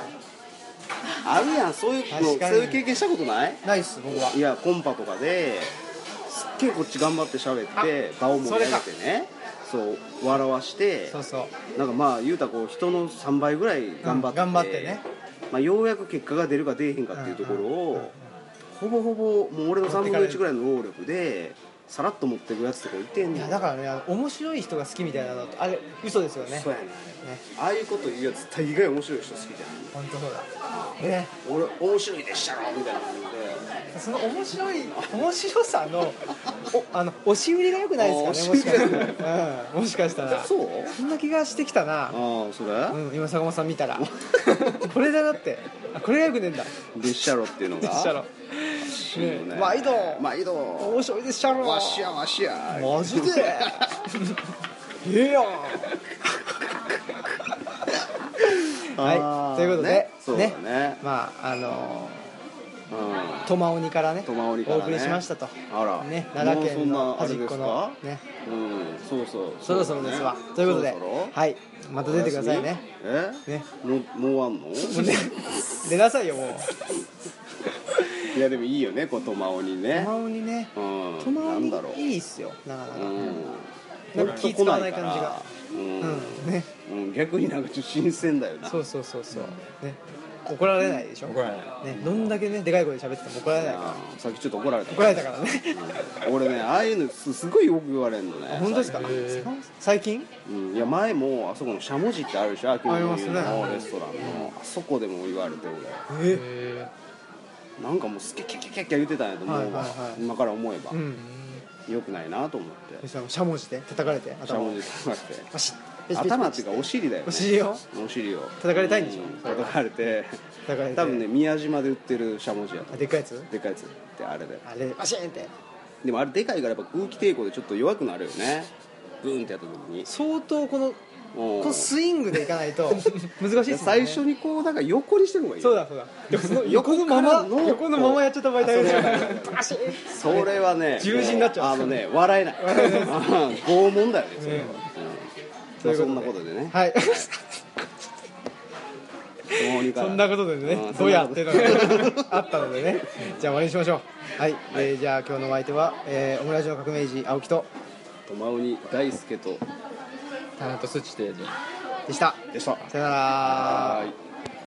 Speaker 2: あるやんそういうのそ
Speaker 1: 確
Speaker 2: う
Speaker 1: かに
Speaker 2: いう経験したことない
Speaker 1: ナイス僕はい
Speaker 2: やコンパとかですっげえこっち頑張って喋って場を盛り上げてねそう笑わして
Speaker 1: そうそう
Speaker 2: なんかまあ言うたらこう人の3倍ぐらい頑張って,、
Speaker 1: うん頑張ってね
Speaker 2: まあ、ようやく結果が出るか出えへんかっていうところ
Speaker 1: うんうんうん
Speaker 2: をほぼほぼもう俺の3分の1ぐらいの能力でさらっと持ってくやつとかいてん
Speaker 1: い
Speaker 2: ね
Speaker 1: や
Speaker 2: ん
Speaker 1: だからねあの面白い人が好きみたいなのってあれ嘘ですよね
Speaker 2: そう
Speaker 1: ね
Speaker 2: やねんああいうこと言うやつ大概面白い人好きじゃ
Speaker 1: 本当そうだね
Speaker 2: ん俺面白いでっしゃろみたいな感じで
Speaker 1: その面白い面白さのおあの押し売りが良くないですかねもしか
Speaker 2: あー押し売り
Speaker 1: したら、うん、もしかしたら
Speaker 2: そう
Speaker 1: そんな気がしてきたな
Speaker 2: ああそれ、
Speaker 1: うん、今坂本さん見たらこれだなってあこれがよくねえんだ
Speaker 2: でっしゃろっていうのが
Speaker 1: でっしゃろ
Speaker 2: ね
Speaker 1: ね毎度
Speaker 2: 毎度
Speaker 1: 面白いでっしゃろ
Speaker 2: わしやわしや
Speaker 1: マジ でええやんはいということで
Speaker 2: ねそうだね
Speaker 1: まああの
Speaker 2: うん
Speaker 1: ー、トマオニからね
Speaker 2: トマオニからね
Speaker 1: お送りしましたと
Speaker 2: あら
Speaker 1: ね、奈良県
Speaker 2: も
Speaker 1: の
Speaker 2: うそんなあれ
Speaker 1: 端っ
Speaker 2: です
Speaker 1: こ
Speaker 2: か
Speaker 1: のね
Speaker 2: うんそうそう
Speaker 1: そろそろですわ、
Speaker 2: ね
Speaker 1: ということで
Speaker 2: そろそろ
Speaker 1: はいまた出てくださいね
Speaker 2: おやすみえ
Speaker 1: ね
Speaker 2: もうもうあんの
Speaker 1: もうね出なさいよもう
Speaker 2: いやでもいいよねこうトマオに
Speaker 1: ト
Speaker 2: ね
Speaker 1: マオニね
Speaker 2: うん
Speaker 1: トマオ
Speaker 2: なん
Speaker 1: ニ
Speaker 2: だろう
Speaker 1: いいっすよなかなか
Speaker 2: う
Speaker 1: なんか気使わない感じが
Speaker 2: うん
Speaker 1: うんね
Speaker 2: うん逆になんかちょっと新鮮だよな
Speaker 1: そうそうそうそうね怒られないでしょ
Speaker 3: 怒られ
Speaker 1: ねどんだけねでかい声で喋ってても怒られないから
Speaker 2: あーさっきちょっと怒られた
Speaker 1: 怒られたからね
Speaker 2: 俺ねああいうのすすごいよく言われるのね
Speaker 1: 本当ですか
Speaker 3: へー
Speaker 1: 最近
Speaker 2: うん、いや前もあそこのしゃもじってあるでしょ秋の
Speaker 1: ありますね
Speaker 2: のレストランのあそこでも言われて俺
Speaker 1: え
Speaker 3: へ
Speaker 2: なんかもうすっげキャキャキャキャ言ってたんやと思うわ、
Speaker 1: はいはいはい
Speaker 2: 今から思えば、
Speaker 1: うん
Speaker 2: よくないなと思っ
Speaker 1: で
Speaker 2: て
Speaker 1: しかもしゃもじで叩かれて
Speaker 2: しゃ
Speaker 1: 頭
Speaker 2: も
Speaker 1: を
Speaker 2: じ叩かれ
Speaker 1: パシ
Speaker 2: て
Speaker 1: ッ
Speaker 2: 頭っていうかお尻だよね
Speaker 1: お尻を
Speaker 2: お尻を
Speaker 1: 叩かれたいんでしょ
Speaker 2: う叩かれて
Speaker 1: 叩かれて
Speaker 2: 多分ね宮島で売ってるしゃもじやと
Speaker 1: あ
Speaker 2: 思
Speaker 1: でっかいやつ
Speaker 2: うでっかいやつってあれで
Speaker 1: あれパシーンって
Speaker 2: でもあれでかいからやっぱ空気抵抗でちょっと弱くなるよねブーンってやった時に
Speaker 1: 相当この
Speaker 2: うん
Speaker 1: このスイングでいかないと 難しいですよね
Speaker 2: 最初にこうなんか横にしてる方がいい
Speaker 1: そうだそうだでもその横のま
Speaker 2: か
Speaker 1: ま
Speaker 2: らの
Speaker 1: 横のままやっちゃった場合大変
Speaker 2: あ
Speaker 1: だ
Speaker 2: そ
Speaker 1: よ
Speaker 2: うだ
Speaker 1: パシーン
Speaker 2: それはね
Speaker 1: 十字になっちゃう
Speaker 2: もあのね笑 えないうん拷問だよねそれは、
Speaker 1: ね
Speaker 2: うんまあ、
Speaker 1: と
Speaker 2: そ
Speaker 1: い
Speaker 2: ん
Speaker 1: う
Speaker 2: な
Speaker 1: こ
Speaker 2: ことと
Speaker 1: で
Speaker 2: でね、
Speaker 1: はい
Speaker 2: もういいか
Speaker 1: そ
Speaker 2: ら
Speaker 1: んなことで
Speaker 2: う
Speaker 1: ね
Speaker 2: ん
Speaker 1: どうやってのがあったのでねじゃあ終わりにしましょうはいえーじゃあ今日のお相手はえーオムラジオ革命児青木と
Speaker 2: とまおに大輔と
Speaker 3: ータナトス地底人
Speaker 1: でした
Speaker 2: でした
Speaker 1: さよなら
Speaker 2: はい